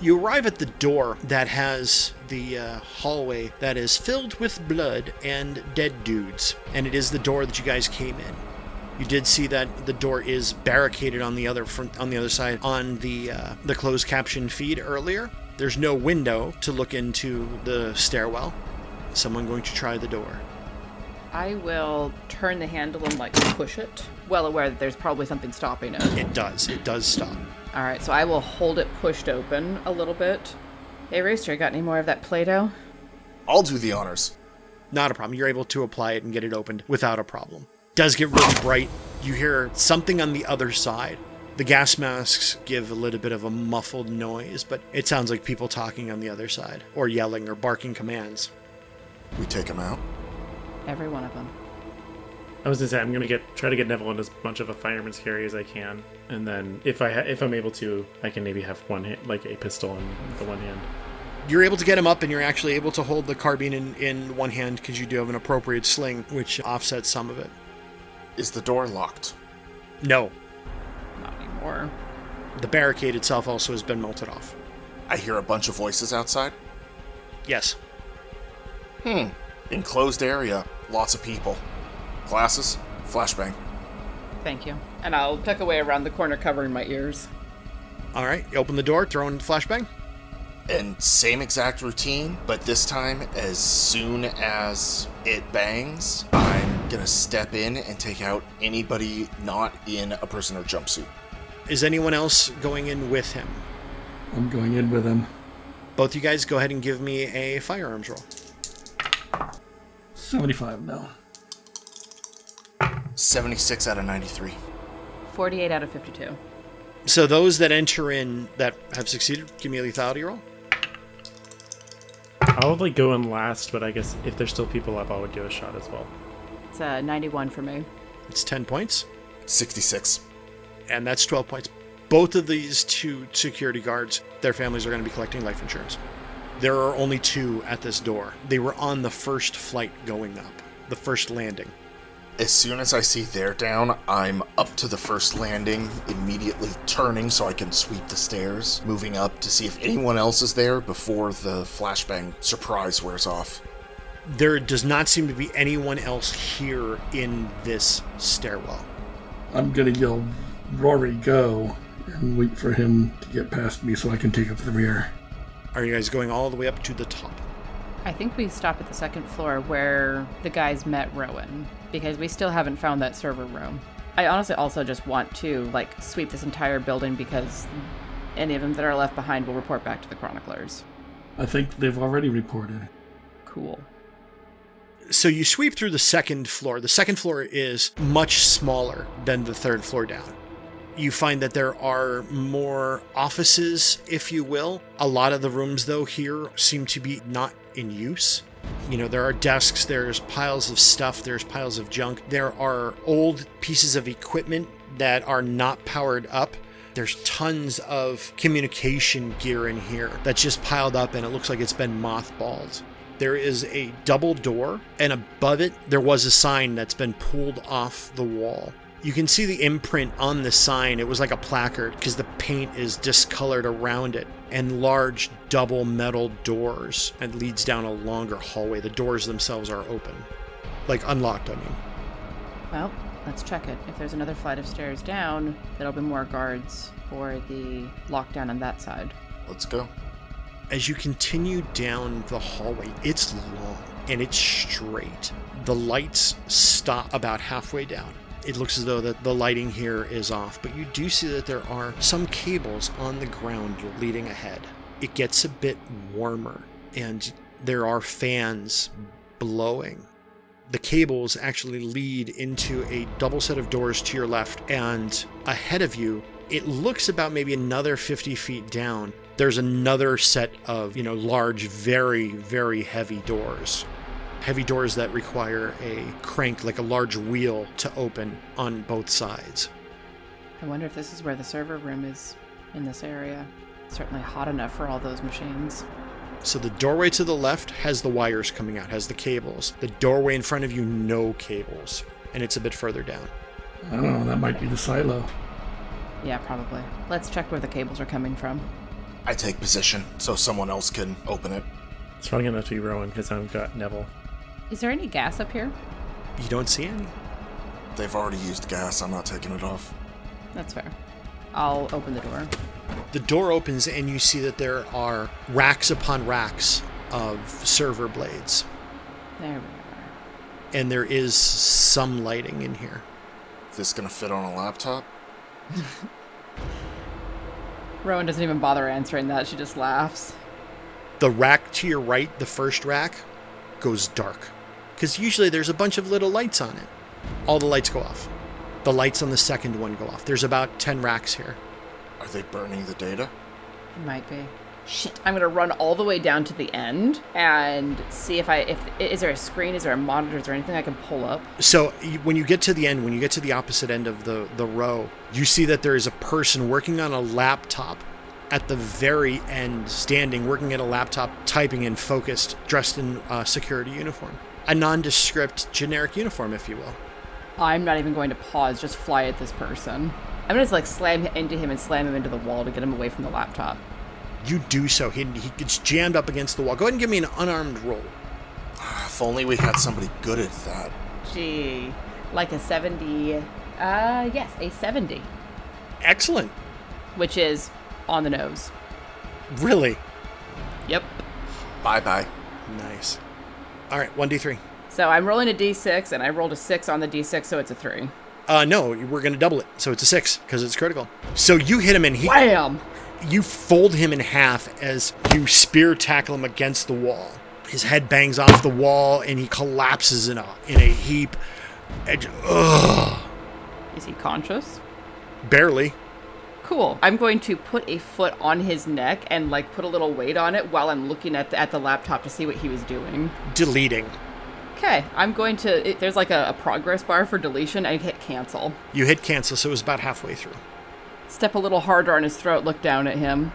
You arrive at the door that has the uh, hallway that is filled with blood and dead dudes, and it is the door that you guys came in. You did see that the door is barricaded on the other front, on the other side on the uh, the closed caption feed earlier. There's no window to look into the stairwell. Someone going to try the door.
I will turn the handle and like push it, well aware that there's probably something stopping it.
It does. It does stop.
All right, so I will hold it pushed open a little bit. Hey, Rooster, got any more of that Play Doh?
I'll do the honors.
not a problem. You're able to apply it and get it opened without a problem. Does get really bright. You hear something on the other side. The gas masks give a little bit of a muffled noise, but it sounds like people talking on the other side or yelling or barking commands.
We take him out.
Every one of them.
I was gonna say I'm gonna get try to get Neville in as much of a fireman's carry as I can, and then if I ha- if I'm able to, I can maybe have one hand, like a pistol in the one hand.
You're able to get him up and you're actually able to hold the carbine in, in one hand because you do have an appropriate sling, which offsets some of it.
Is the door locked?
No,
Not anymore.
the barricade itself also has been melted off.
I hear a bunch of voices outside.
Yes.
Enclosed area, lots of people. Glasses, flashbang.
Thank you. And I'll tuck away around the corner, covering my ears.
All right, you open the door, throw in the flashbang.
And same exact routine, but this time, as soon as it bangs, I'm gonna step in and take out anybody not in a prisoner jumpsuit.
Is anyone else going in with him?
I'm going in with him.
Both you guys go ahead and give me a firearms roll.
75 now.
76 out of 93.
48 out of 52.
So those that enter in that have succeeded, give me a lethality roll.
I'll like go in last, but I guess if there's still people up, I would do a shot as well.
It's a 91 for me.
It's 10 points,
66.
and that's 12 points. Both of these two security guards, their families are going to be collecting life insurance. There are only two at this door. They were on the first flight going up, the first landing.
As soon as I see they're down, I'm up to the first landing, immediately turning so I can sweep the stairs, moving up to see if anyone else is there before the flashbang surprise wears off.
There does not seem to be anyone else here in this stairwell.
I'm going to yell, Rory, go, and wait for him to get past me so I can take up the rear.
Are you guys going all the way up to the top?
I think we stop at the second floor where the guys met Rowan because we still haven't found that server room. I honestly also just want to like sweep this entire building because any of them that are left behind will report back to the chroniclers.
I think they've already reported.
Cool.
So you sweep through the second floor. The second floor is much smaller than the third floor down. You find that there are more offices, if you will. A lot of the rooms, though, here seem to be not in use. You know, there are desks, there's piles of stuff, there's piles of junk, there are old pieces of equipment that are not powered up. There's tons of communication gear in here that's just piled up and it looks like it's been mothballed. There is a double door, and above it, there was a sign that's been pulled off the wall. You can see the imprint on the sign. It was like a placard because the paint is discolored around it, and large double metal doors and leads down a longer hallway. The doors themselves are open, like unlocked, I mean.
Well, let's check it. If there's another flight of stairs down, there'll be more guards for the lockdown on that side.
Let's go.
As you continue down the hallway, it's long and it's straight. The lights stop about halfway down. It looks as though that the lighting here is off, but you do see that there are some cables on the ground leading ahead. It gets a bit warmer and there are fans blowing. The cables actually lead into a double set of doors to your left, and ahead of you, it looks about maybe another 50 feet down. There's another set of, you know, large, very, very heavy doors. Heavy doors that require a crank, like a large wheel, to open on both sides.
I wonder if this is where the server room is in this area. Certainly hot enough for all those machines.
So the doorway to the left has the wires coming out, has the cables. The doorway in front of you, no cables. And it's a bit further down.
I don't know, that might be the silo.
Yeah, probably. Let's check where the cables are coming from.
I take position so someone else can open it.
It's probably gonna have to be Rowan because I've got Neville.
Is there any gas up here?
You don't see any.
They've already used gas, I'm not taking it off.
That's fair. I'll open the door.
The door opens and you see that there are racks upon racks of server blades,
There we are.
and there is some lighting in here.
This gonna fit on a laptop?
Rowan doesn't even bother answering that. She just laughs.
The rack to your right, the first rack, goes dark because usually there's a bunch of little lights on it. All the lights go off. The lights on the second one go off. There's about 10 racks here.
Are they burning the data?
It might be. Shit. I'm gonna run all the way down to the end and see if I if is there a screen, is there a monitor, is there anything I can pull up?
So you- when you get to the end, when you get to the opposite end of the, the row, you see that there is a person working on a laptop at the very end, standing, working at a laptop, typing and focused, dressed in a security uniform. A nondescript, generic uniform, if you will.
I'm not even going to pause. Just fly at this person. I'm gonna just like slam into him and slam him into the wall to get him away from the laptop.
You do so. He, he gets jammed up against the wall. Go ahead and give me an unarmed roll.
If only we had somebody good at that.
Gee, like a 70. Uh, yes, a 70,
Excellent.
which is on the nose.
Really?
Yep.
Bye bye.
Nice. All right, 1d3.
So I'm rolling a d6, and I rolled a 6 on the d6, so it's a 3.
Uh, no, we're going to double it. So it's a six because it's critical. So you hit him and he,
Wham!
you fold him in half as you spear tackle him against the wall. His head bangs off the wall and he collapses in a, in a heap. And, ugh,
Is he conscious?
barely.
Cool. I'm going to put a foot on his neck and like put a little weight on it while I'm looking at the, at the laptop to see what he was doing.
Deleting.
Okay, I'm going to. It, there's like a, a progress bar for deletion. I hit cancel.
You hit cancel, so it was about halfway through.
Step a little harder on his throat. Look down at him.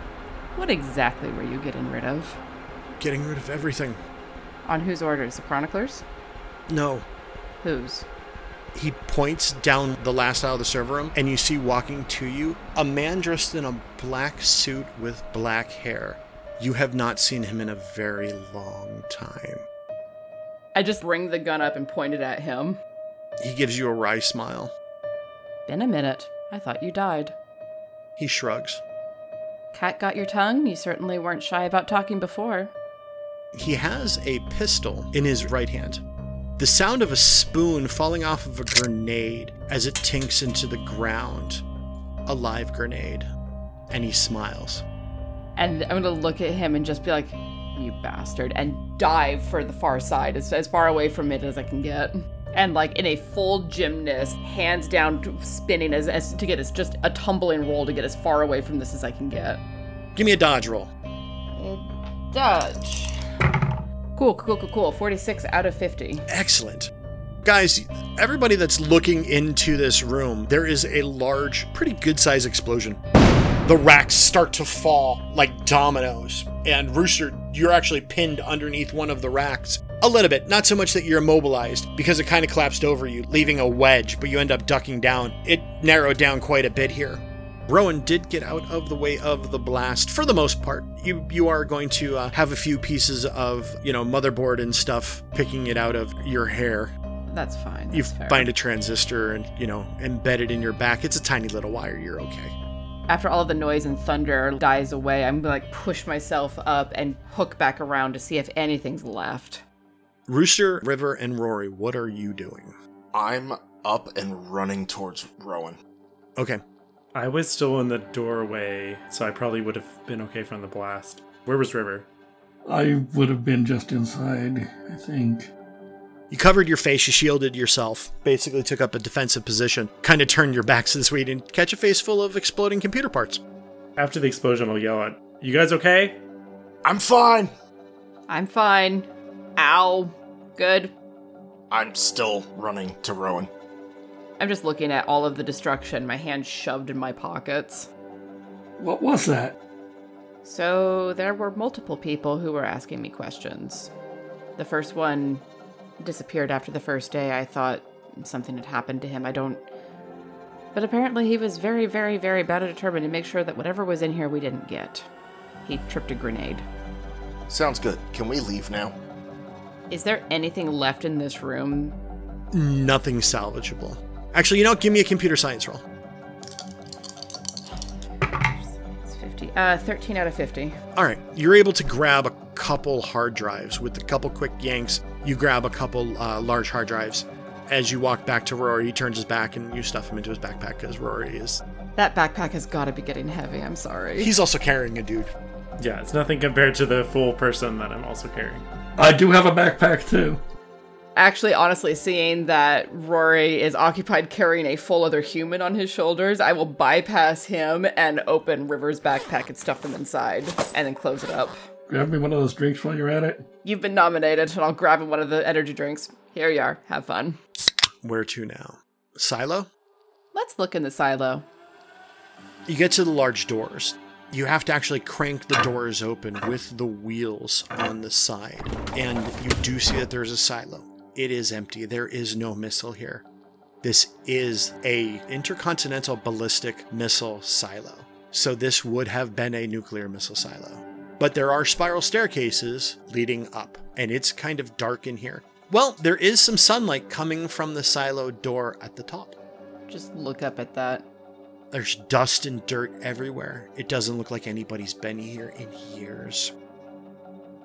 What exactly were you getting rid of?
Getting rid of everything.
On whose orders? The chroniclers?
No.
Whose?
He points down the last aisle of the server room, and you see walking to you a man dressed in a black suit with black hair. You have not seen him in a very long time.
I just bring the gun up and point it at him.
He gives you a wry smile.
Been a minute. I thought you died.
He shrugs.
Cat got your tongue? You certainly weren't shy about talking before.
He has a pistol in his right hand. The sound of a spoon falling off of a grenade as it tinks into the ground. A live grenade. And he smiles.
And I'm gonna look at him and just be like, you bastard, and dive for the far side, as, as far away from it as I can get. And like in a full gymnast, hands down, t- spinning as, as to get as just a tumbling roll to get as far away from this as I can get.
Give me a dodge roll.
Dodge. Cool, cool, cool, cool. 46 out of 50.
Excellent. Guys, everybody that's looking into this room, there is a large, pretty good sized explosion. The racks start to fall like dominoes. And Rooster, you're actually pinned underneath one of the racks. A little bit, not so much that you're immobilized, because it kind of collapsed over you, leaving a wedge, but you end up ducking down. It narrowed down quite a bit here. Rowan did get out of the way of the blast for the most part. You you are going to uh, have a few pieces of you know motherboard and stuff picking it out of your hair.
That's fine.
you
That's fair.
find a transistor and you know embedded in your back. It's a tiny little wire. You're okay.
After all the noise and thunder dies away, I'm gonna like push myself up and hook back around to see if anything's left.
Rooster, River, and Rory, what are you doing?
I'm up and running towards Rowan.
Okay,
I was still in the doorway, so I probably would have been okay from the blast. Where was River?
I would have been just inside, I think.
you covered your face. You shielded yourself. Basically, took up a defensive position. Kind of turned your back so this way you didn't catch a face full of exploding computer parts.
After the explosion, I'll yell at, You guys okay?
I'm fine.
I'm fine. Ow. Good.
I'm still running to Rowan.
I'm just looking at all of the destruction, my hands shoved in my pockets.
What was that?
So, there were multiple people who were asking me questions. The first one disappeared after the first day. I thought something had happened to him. I don't. But apparently, he was very, very, very bad at determined to make sure that whatever was in here we didn't get. He tripped a grenade.
Sounds good. Can we leave now?
Is there anything left in this room?
Nothing salvageable. Actually, you know, what? give me a computer science roll.
It's 50. Uh, 13 out of 50.
All right, you're able to grab a couple hard drives with a couple quick yanks. You grab a couple uh, large hard drives. As you walk back to Rory, he turns his back and you stuff him into his backpack because Rory is.
That backpack has got to be getting heavy. I'm sorry.
He's also carrying a dude.
Yeah, it's nothing compared to the full person that I'm also carrying.
I do have a backpack too.
Actually, honestly, seeing that Rory is occupied carrying a full other human on his shoulders, I will bypass him and open River's backpack and stuff them inside and then close it up.
Grab me one of those drinks while you're at it.
You've been nominated, and I'll grab him one of the energy drinks. Here you are. Have fun.
Where to now? Silo?
Let's look in the silo.
You get to the large doors. You have to actually crank the doors open with the wheels on the side. And you do see that there's a silo. It is empty. There is no missile here. This is a intercontinental ballistic missile silo. So this would have been a nuclear missile silo. But there are spiral staircases leading up, and it's kind of dark in here. Well, there is some sunlight coming from the silo door at the top.
Just look up at that.
There's dust and dirt everywhere. It doesn't look like anybody's been here in years.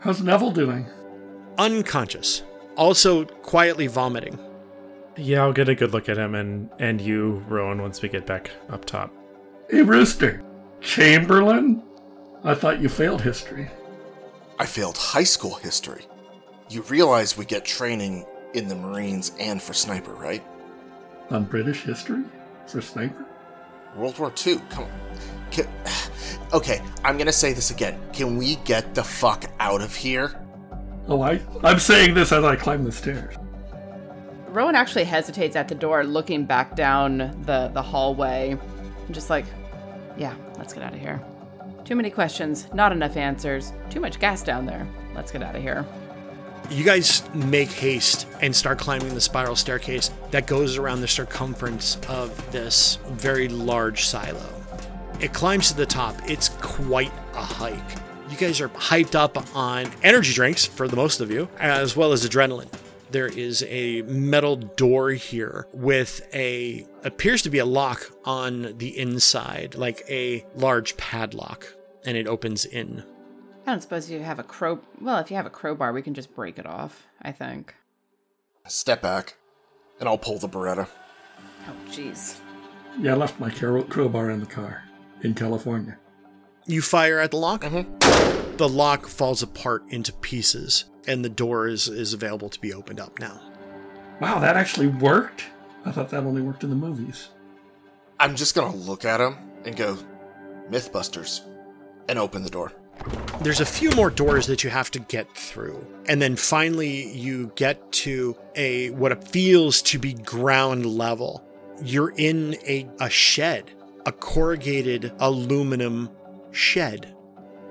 How's Neville doing?
Unconscious. Also quietly vomiting.
Yeah, I'll get a good look at him and and you, Rowan, once we get back up top.
Hey, Rooster. Chamberlain? I thought you failed history.
I failed high school history. You realize we get training in the Marines and for sniper, right?
On British history? For sniper?
World War II. Come on. Can- okay, I'm gonna say this again. Can we get the fuck out of here?
Oh, I, I'm saying this as I climb the stairs.
Rowan actually hesitates at the door, looking back down the, the hallway. I'm just like, yeah, let's get out of here. Too many questions, not enough answers, too much gas down there. Let's get out of here.
You guys make haste and start climbing the spiral staircase that goes around the circumference of this very large silo. It climbs to the top. It's quite a hike. You guys are hyped up on energy drinks for the most of you, as well as adrenaline. There is a metal door here with a appears to be a lock on the inside, like a large padlock, and it opens in.
I don't suppose you have a crow. Well, if you have a crowbar, we can just break it off, I think.
Step back, and I'll pull the Beretta.
Oh, jeez.
Yeah, I left my crow- crowbar in the car in California.
You fire at the lock. The lock falls apart into pieces, and the door is, is available to be opened up now.
Wow, that actually worked? I thought that only worked in the movies.
I'm just gonna look at him and go, Mythbusters, and open the door.
There's a few more doors that you have to get through. And then finally you get to a what it feels to be ground level. You're in a, a shed, a corrugated aluminum shed.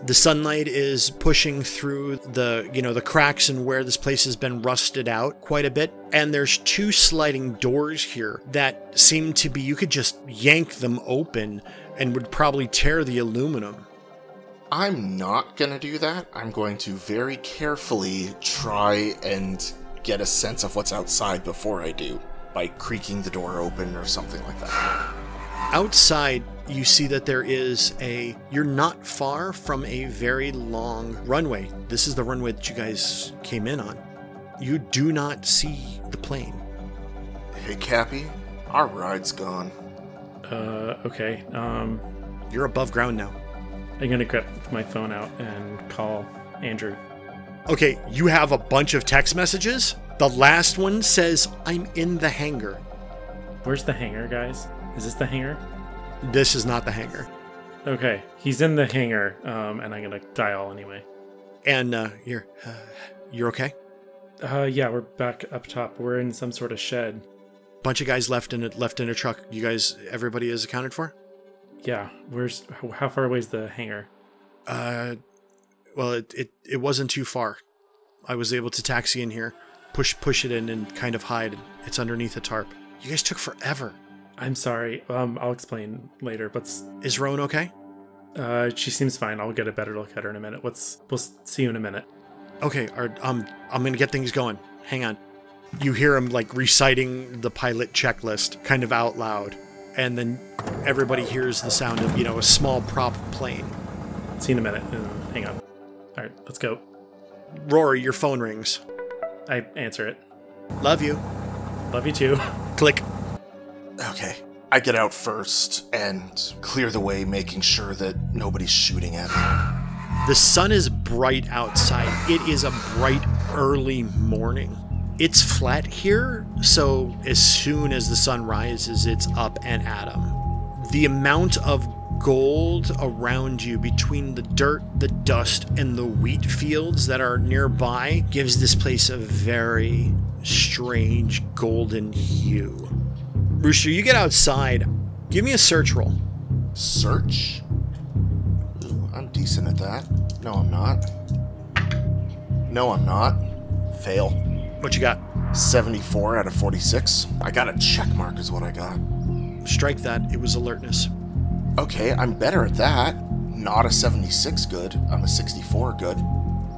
The sunlight is pushing through the, you know, the cracks and where this place has been rusted out quite a bit. And there's two sliding doors here that seem to be you could just yank them open and would probably tear the aluminum.
I'm not gonna do that. I'm going to very carefully try and get a sense of what's outside before I do by creaking the door open or something like that.
Outside, you see that there is a. You're not far from a very long runway. This is the runway that you guys came in on. You do not see the plane.
Hey, Cappy, our ride's gone.
Uh, okay. Um,
You're above ground now.
I'm gonna grab my phone out and call Andrew.
Okay, you have a bunch of text messages. The last one says, I'm in the hangar.
Where's the hangar, guys? Is this the hangar?
This is not the hangar.
Okay, he's in the hangar. Um, and I'm gonna dial anyway.
And uh, you're, uh, you're okay?
Uh, yeah, we're back up top. We're in some sort of shed.
Bunch of guys left in a, left in a truck. You guys, everybody is accounted for?
Yeah, where's how, how far away is the hangar?
Uh, well, it, it it wasn't too far. I was able to taxi in here, push push it in, and kind of hide. It's underneath a tarp. You guys took forever.
I'm sorry. Um, I'll explain later. But s-
Is Roan okay?
uh, she seems fine. I'll get a better look at her in a minute. Let's we'll s- see you in a minute.
Okay. Or um, I'm gonna get things going. Hang on. You hear him like reciting the pilot checklist, kind of out loud, and then everybody hears the sound of you know a small prop plane.
See you in a minute. And hang on. All right, let's go.
Rory, your phone rings.
I answer it.
Love you.
Love you too.
Click.
Okay. I get out first and clear the way, making sure that nobody's shooting at me.
The sun is bright outside. It is a bright early morning. It's flat here, so as soon as the sun rises, it's up and at 'em. The amount of gold around you between the dirt, the dust, and the wheat fields that are nearby gives this place a very strange golden hue. Rooster, you get outside. Give me a search roll.
Search? Ooh, I'm decent at that. No, I'm not. No, I'm not. Fail.
What you got?
74 out of 46. I got a check mark, is what I got.
Strike that. It was alertness.
Okay, I'm better at that. Not a 76 good. I'm a 64 good.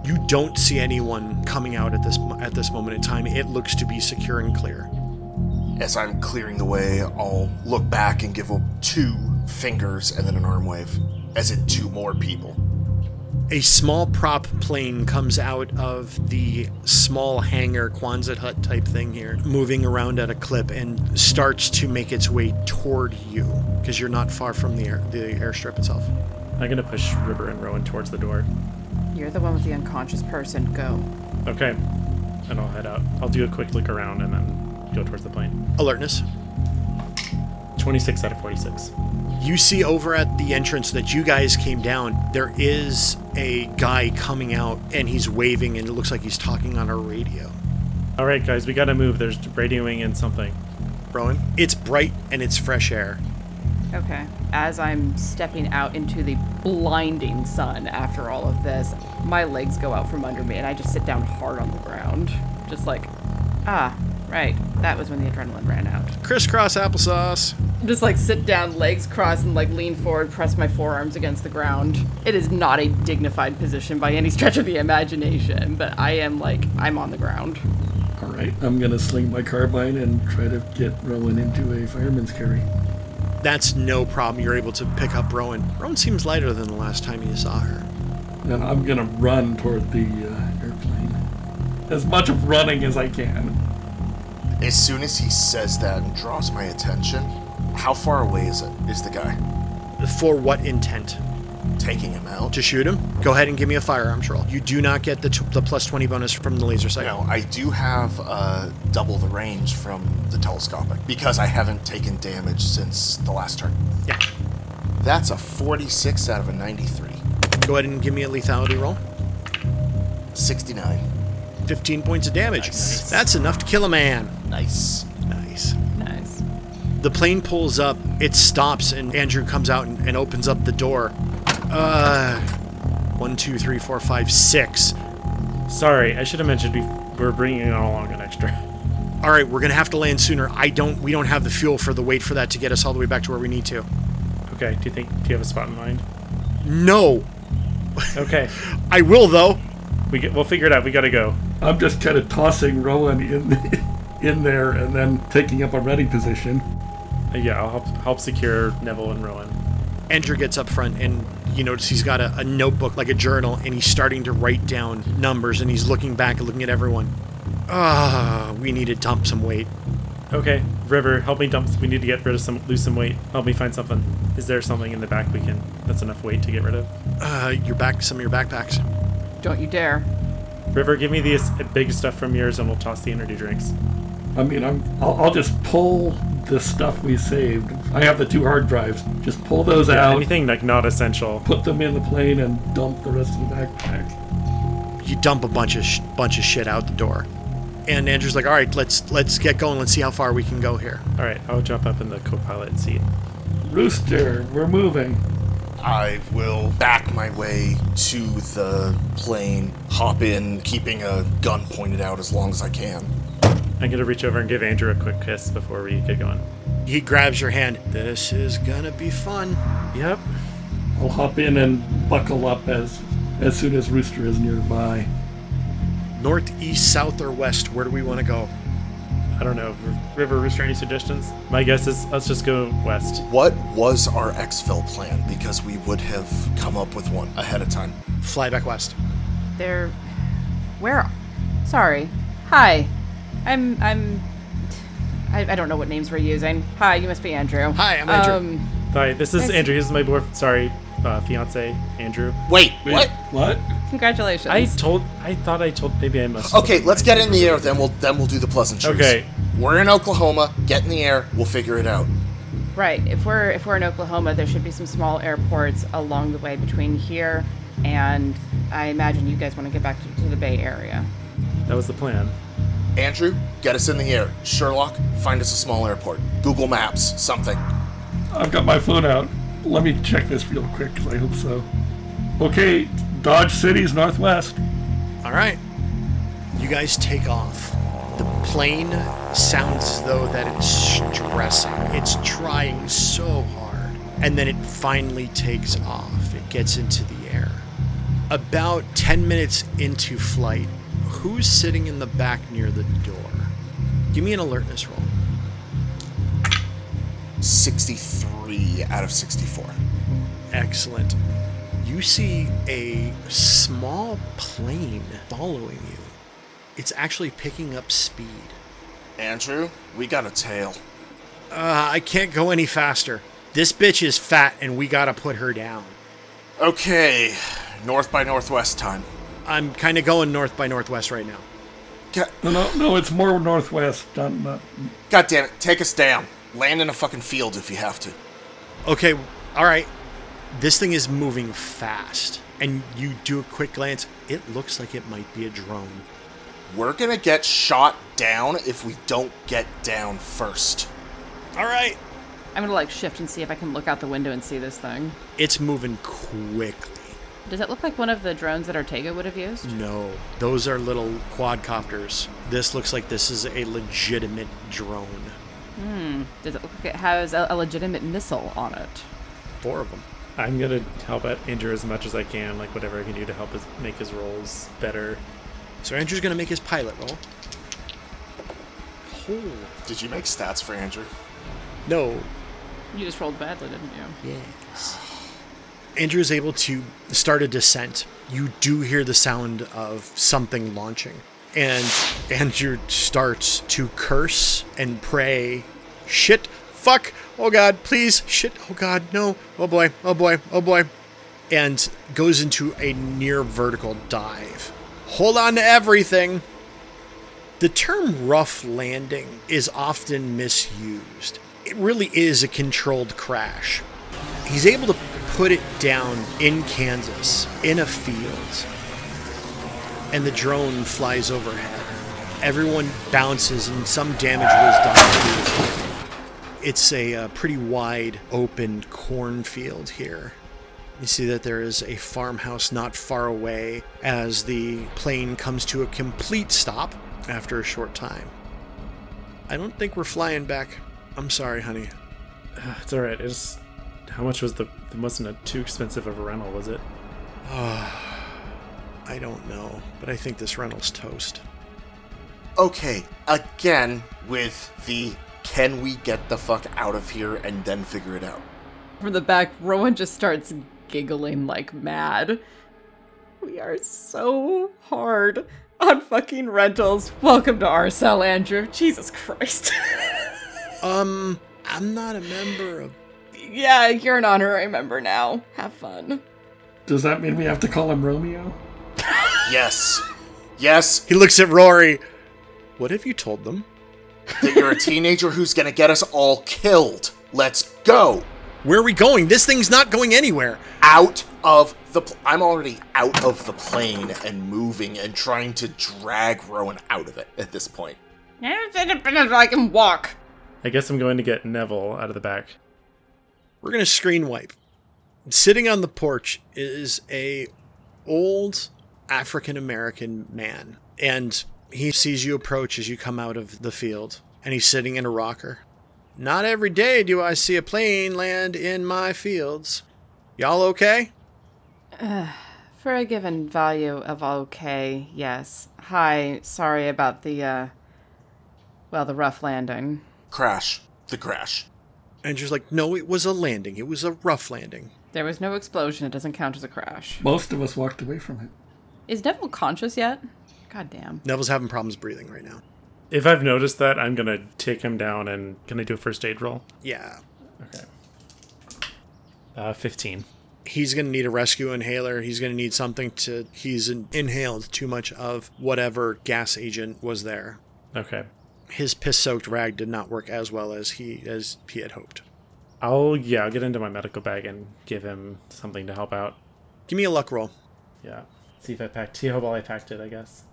You don't see anyone coming out at this at this moment in time. It looks to be secure and clear.
As I'm clearing the way, I'll look back and give up two fingers and then an arm wave, as in two more people.
A small prop plane comes out of the small hangar, Quonset hut type thing here, moving around at a clip and starts to make its way toward you because you're not far from the air, the airstrip itself.
I'm gonna push River and Rowan towards the door.
You're the one with the unconscious person. Go.
Okay, and I'll head out. I'll do a quick look around and then go towards the plane.
Alertness.
26 out of 46.
You see over at the entrance that you guys came down, there is a guy coming out and he's waving and it looks like he's talking on a radio.
All right, guys, we gotta move. There's radioing in something.
Rowan, it's bright and it's fresh air.
Okay. As I'm stepping out into the blinding sun after all of this, my legs go out from under me and I just sit down hard on the ground. Just like, ah, right. That was when the adrenaline ran out.
Crisscross applesauce.
Just like sit down, legs crossed, and like lean forward, press my forearms against the ground. It is not a dignified position by any stretch of the imagination, but I am like, I'm on the ground.
All right, I'm gonna sling my carbine and try to get Rowan into a fireman's carry.
That's no problem. You're able to pick up Rowan. Rowan seems lighter than the last time you saw her.
And I'm gonna run toward the uh, airplane. As much of running as I can.
As soon as he says that and draws my attention, how far away is it? Is the guy
For what intent?
taking him out?
To shoot him? Go ahead and give me a firearms roll. You do not get the, t- the plus 20 bonus from the laser sight.
Now, I do have uh, double the range from the telescopic because I haven't taken damage since the last turn.
Yeah.
That's a 46 out of a 93.
Go ahead and give me a lethality roll.
69.
15 points of damage.
Nice.
That's enough to kill a man.
Nice.
Nice.
Nice.
The plane pulls up, it stops, and Andrew comes out and, and opens up the door. Uh, one, two, three, four, five, six.
Sorry, I should have mentioned bef- we're bringing along an extra.
All right, we're gonna have to land sooner. I don't. We don't have the fuel for the wait for that to get us all the way back to where we need to.
Okay, do you think do you have a spot in mind?
No,
Okay,
I will though.
we get, we'll figure it out. We gotta go.
I'm just kind of tossing Rowan in in there and then taking up a ready position.
Uh, yeah, I'll help help secure Neville and Rowan.
Andrew gets up front and you notice he's got a, a notebook like a journal and he's starting to write down numbers and he's looking back and looking at everyone. Ah, we need to dump some weight.
Okay, River, help me dump. We need to get rid of some lose some weight. Help me find something. Is there something in the back we can? That's enough weight to get rid of.
Uh, your back, some of your backpacks.
Don't you dare.
River, give me the s- big stuff from yours, and we'll toss the energy drinks.
I mean, I'm I'll, I'll just pull the stuff we saved. I have the two hard drives. Just pull those
Yeah,
out,
anything like not essential.
put them in the plane, and dump the rest of the backpack.
You dump a bunch of sh- bunch of shit out the door, and Andrew's like, "All right, let's let's get going. Let's see how far we can go here."
All right, I'll jump up in the co-pilot seat.
Rooster, we're moving.
I will back my way to the plane, hop in, keeping a gun pointed out as long as I can.
I'm gonna reach over and give Andrew a quick kiss before we get going.
He grabs your hand. This is gonna be fun.
Yep.
I'll hop in and buckle up as as soon as Rooster is nearby.
North, east, south, or west? Where do we want to go?
I don't know. River, Rooster, any suggestions? My guess is let's just go west.
What was our exfil plan? Because we would have come up with one ahead of time.
Fly back west.
They're where? Sorry. Hi. I'm I'm I, I don't know what names we're using. Hi, you must be Andrew.
Hi, I'm Andrew.
Um,
Hi, this is
Nice.
Andrew. This is my boyfriend. Sorry, uh, fiance Andrew.
Wait,
Wait,
what?
What?
congratulations.
I told. I thought I told. Maybe I must.
Okay, let's get in the air, then we'll then we'll do the pleasantries.
Okay.
We're in Oklahoma, get in the air, we'll figure it out.
right. If we're if we're in Oklahoma, there should be some small airports along the way between here and I imagine you guys want to get back to, to the Bay Area.
That was the plan.
Andrew, get us in the air. Sherlock, find us a small airport. Google Maps, something.
I've got my phone out. Let me check this real quick 'cause I hope so. Okay, Dodge City's northwest.
All right. You guys take off. The plane sounds as though that it's stressing. It's trying so hard. And then it finally takes off. It gets into the air. About 10 minutes into flight, who's sitting in the back near the door? Give me an alertness roll.
63 out of 64.
Excellent. you see a small plane following you. It's actually picking up speed.
Andrew, we got a tail.
Uh, I can't go any faster. This bitch is fat and we gotta put her down.
Okay, north by northwest time.
I'm kind of going north by northwest right now.
God,
No, no, no. It's more northwest. Not, not,
God damn it, take us down. Land in a fucking field if you have to.
Okay, all right. This thing is moving fast. And you do a quick glance. It looks like it might be a drone.
We're gonna get shot down if we don't get down first.
All right.
I'm gonna like shift and see if I can look out the window and see this thing.
It's moving quickly.
Does it look like one of the drones that Ortega would have used?
No, those are little quadcopters. This looks like this is a legitimate drone.
Does it look like it has a, a legitimate missile on it?
Four of them.
I'm gonna help out Andrew as much as I can, like whatever I can do to help his make his roles better.
So Andrew's going to make his pilot roll.
Did you make stats for Andrew?
No,
You just rolled badly, didn't you?
Andrew is able to start a descent. You do hear the sound of something launching. And Andrew starts to curse and pray. Shit, fuck, oh god, please, shit, oh god, no, oh boy, oh boy, oh boy. And goes into a near vertical dive. Hold on to everything. The term rough landing is often misused. It really is a controlled crash he's able to put it down in Kansas in a field, and the drone flies overhead. Everyone bounces, and some damage was done. To it. It's a uh, pretty wide open cornfield here. You see that there is a farmhouse not far away as the plane comes to a complete stop after a short time. I don't think we're flying back. I'm sorry, honey.
It's all right. It's how much was the? It wasn't a too expensive of a rental, was it?
I don't know, but I think this rental's toast.
Okay, again with the can we get the fuck out of here and then figure it out.
From the back, Rowan just starts giggling like mad. We are so hard on fucking rentals. Welcome to our cell, Andrew. Jesus Christ.
Um, I'm not a member of.
yeah, you're an honorary member now. Have fun.
does that mean we have to call him Romeo?
Yes. Yes,
He looks at Rory. What have you told them?
that you're a teenager who's gonna get us all killed. Let's go.
Where are we going? This thing's not going anywhere.
out of the pl- I'm already out of the plane and moving and trying to drag Rowan out of it at this point.
I can walk.
I guess I'm going to get Neville out of the back.
We're gonna screen wipe. Sitting on the porch is a old African American man, and he sees you approach as you come out of the field, and he's sitting in a rocker. Not every day do I see a plane land in my fields. Y'all okay?
For a given value of okay, yes. Hi, sorry about the, uh, well, the rough landing.
Crash. The crash.
And she's like, no, it was a landing. It was a rough landing.
There was no explosion. It doesn't count as a crash.
Most of us walked away from it.
Is Neville conscious yet? God damn.
Neville's having problems breathing right now.
If I've noticed that, I'm gonna take him down and can I do a first aid roll?
Yeah.
Okay. Uh, fifteen.
He's going to need a rescue inhaler. He's going to need something to. He's in, inhaled too much of whatever gas agent was there.
Okay.
His piss-soaked rag did not work as well as he as he had hoped.
I'll yeah, I'll get into my medical bag and give him something to help out.
Give me a luck roll.
Yeah. See if I packed. See how well I packed it. I guess.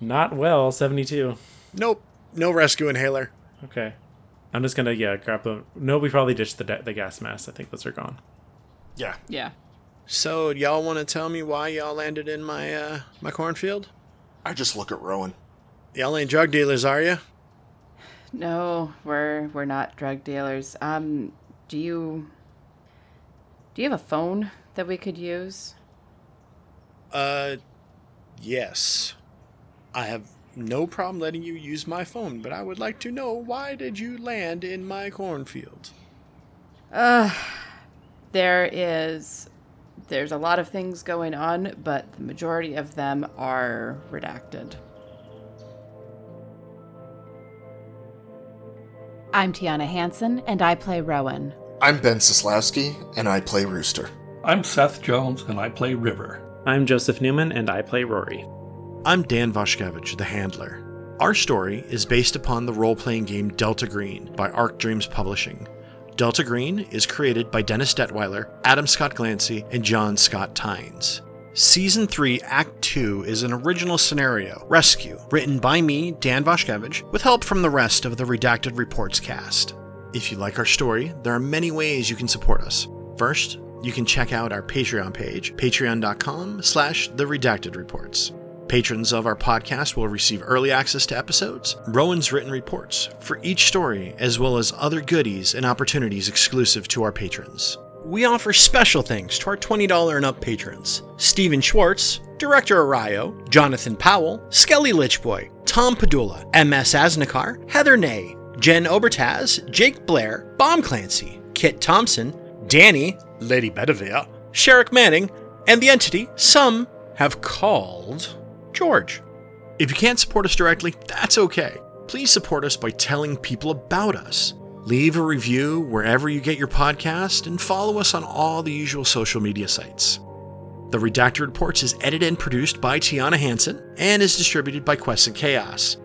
Not well. Seventy-two.
Nope. No rescue inhaler.
Okay. I'm just gonna yeah grab them. No, we probably ditched the da- the gas masks. I think those are gone.
Yeah.
Yeah.
So y'all want to tell me why y'all landed in my uh my cornfield?
I just look at Rowan.
Y'all ain't drug dealers, are you?
No, we're we're not drug dealers. Um, do you do you have a phone that we could use?
Uh, yes. I have no problem letting you use my phone, but I would like to know why did you land in my cornfield?
There is there's a lot of things going on, but the majority of them are redacted.
I'm Tiana Hansen, and I play Rowan.
I'm Ben Sislowski, and I play Rooster.
I'm Seth Jones, and I play River.
I'm Joseph Newman, and I play Rory.
I'm Dan Voshkevich, the handler. Our story is based upon the role playing game Delta Green by Arc Dreams Publishing. Delta Green is created by Dennis Detweiler, Adam Scott Glancy, and John Scott Tynes. Season 3, Act 2 is an original scenario, Rescue, written by me, Dan Voshkevich, with help from the rest of the Redacted Reports cast. If you like our story, there are many ways you can support us. First, you can check out our Patreon page, patreon.com slash the redacted reports. Patrons of our podcast will receive early access to episodes, Rowan's written reports for each story, as well as other goodies and opportunities exclusive to our patrons. We offer special things to our $20 and up patrons Stephen Schwartz, Director Arayo, Jonathan Powell, Skelly Lichboy, Tom Padula, M.S. Asnikar, Heather Ney, Jen Obertaz, Jake Blair, Bomb Clancy, Kit Thompson, Danny, Lady Bedivere, Sherrick Manning, and the entity some have called George. If you can't support us directly, that's okay. Please support us by telling people about us. Leave a review wherever you get your podcast and follow us on all the usual social media sites. The Redacted Reports is edited and produced by Tiana Hansen and is distributed by Quest and Chaos.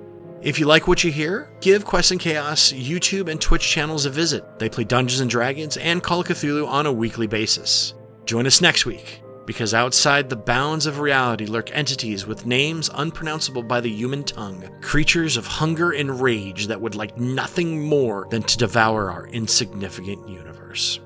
If you like what you hear, give Quest and Chaos YouTube and Twitch channels a visit. They play Dungeons and Dragons and Call of Cthulhu on a weekly basis. Join us next week, because outside the bounds of reality lurk entities with names unpronounceable by the human tongue, creatures of hunger and rage that would like nothing more than to devour our insignificant universe.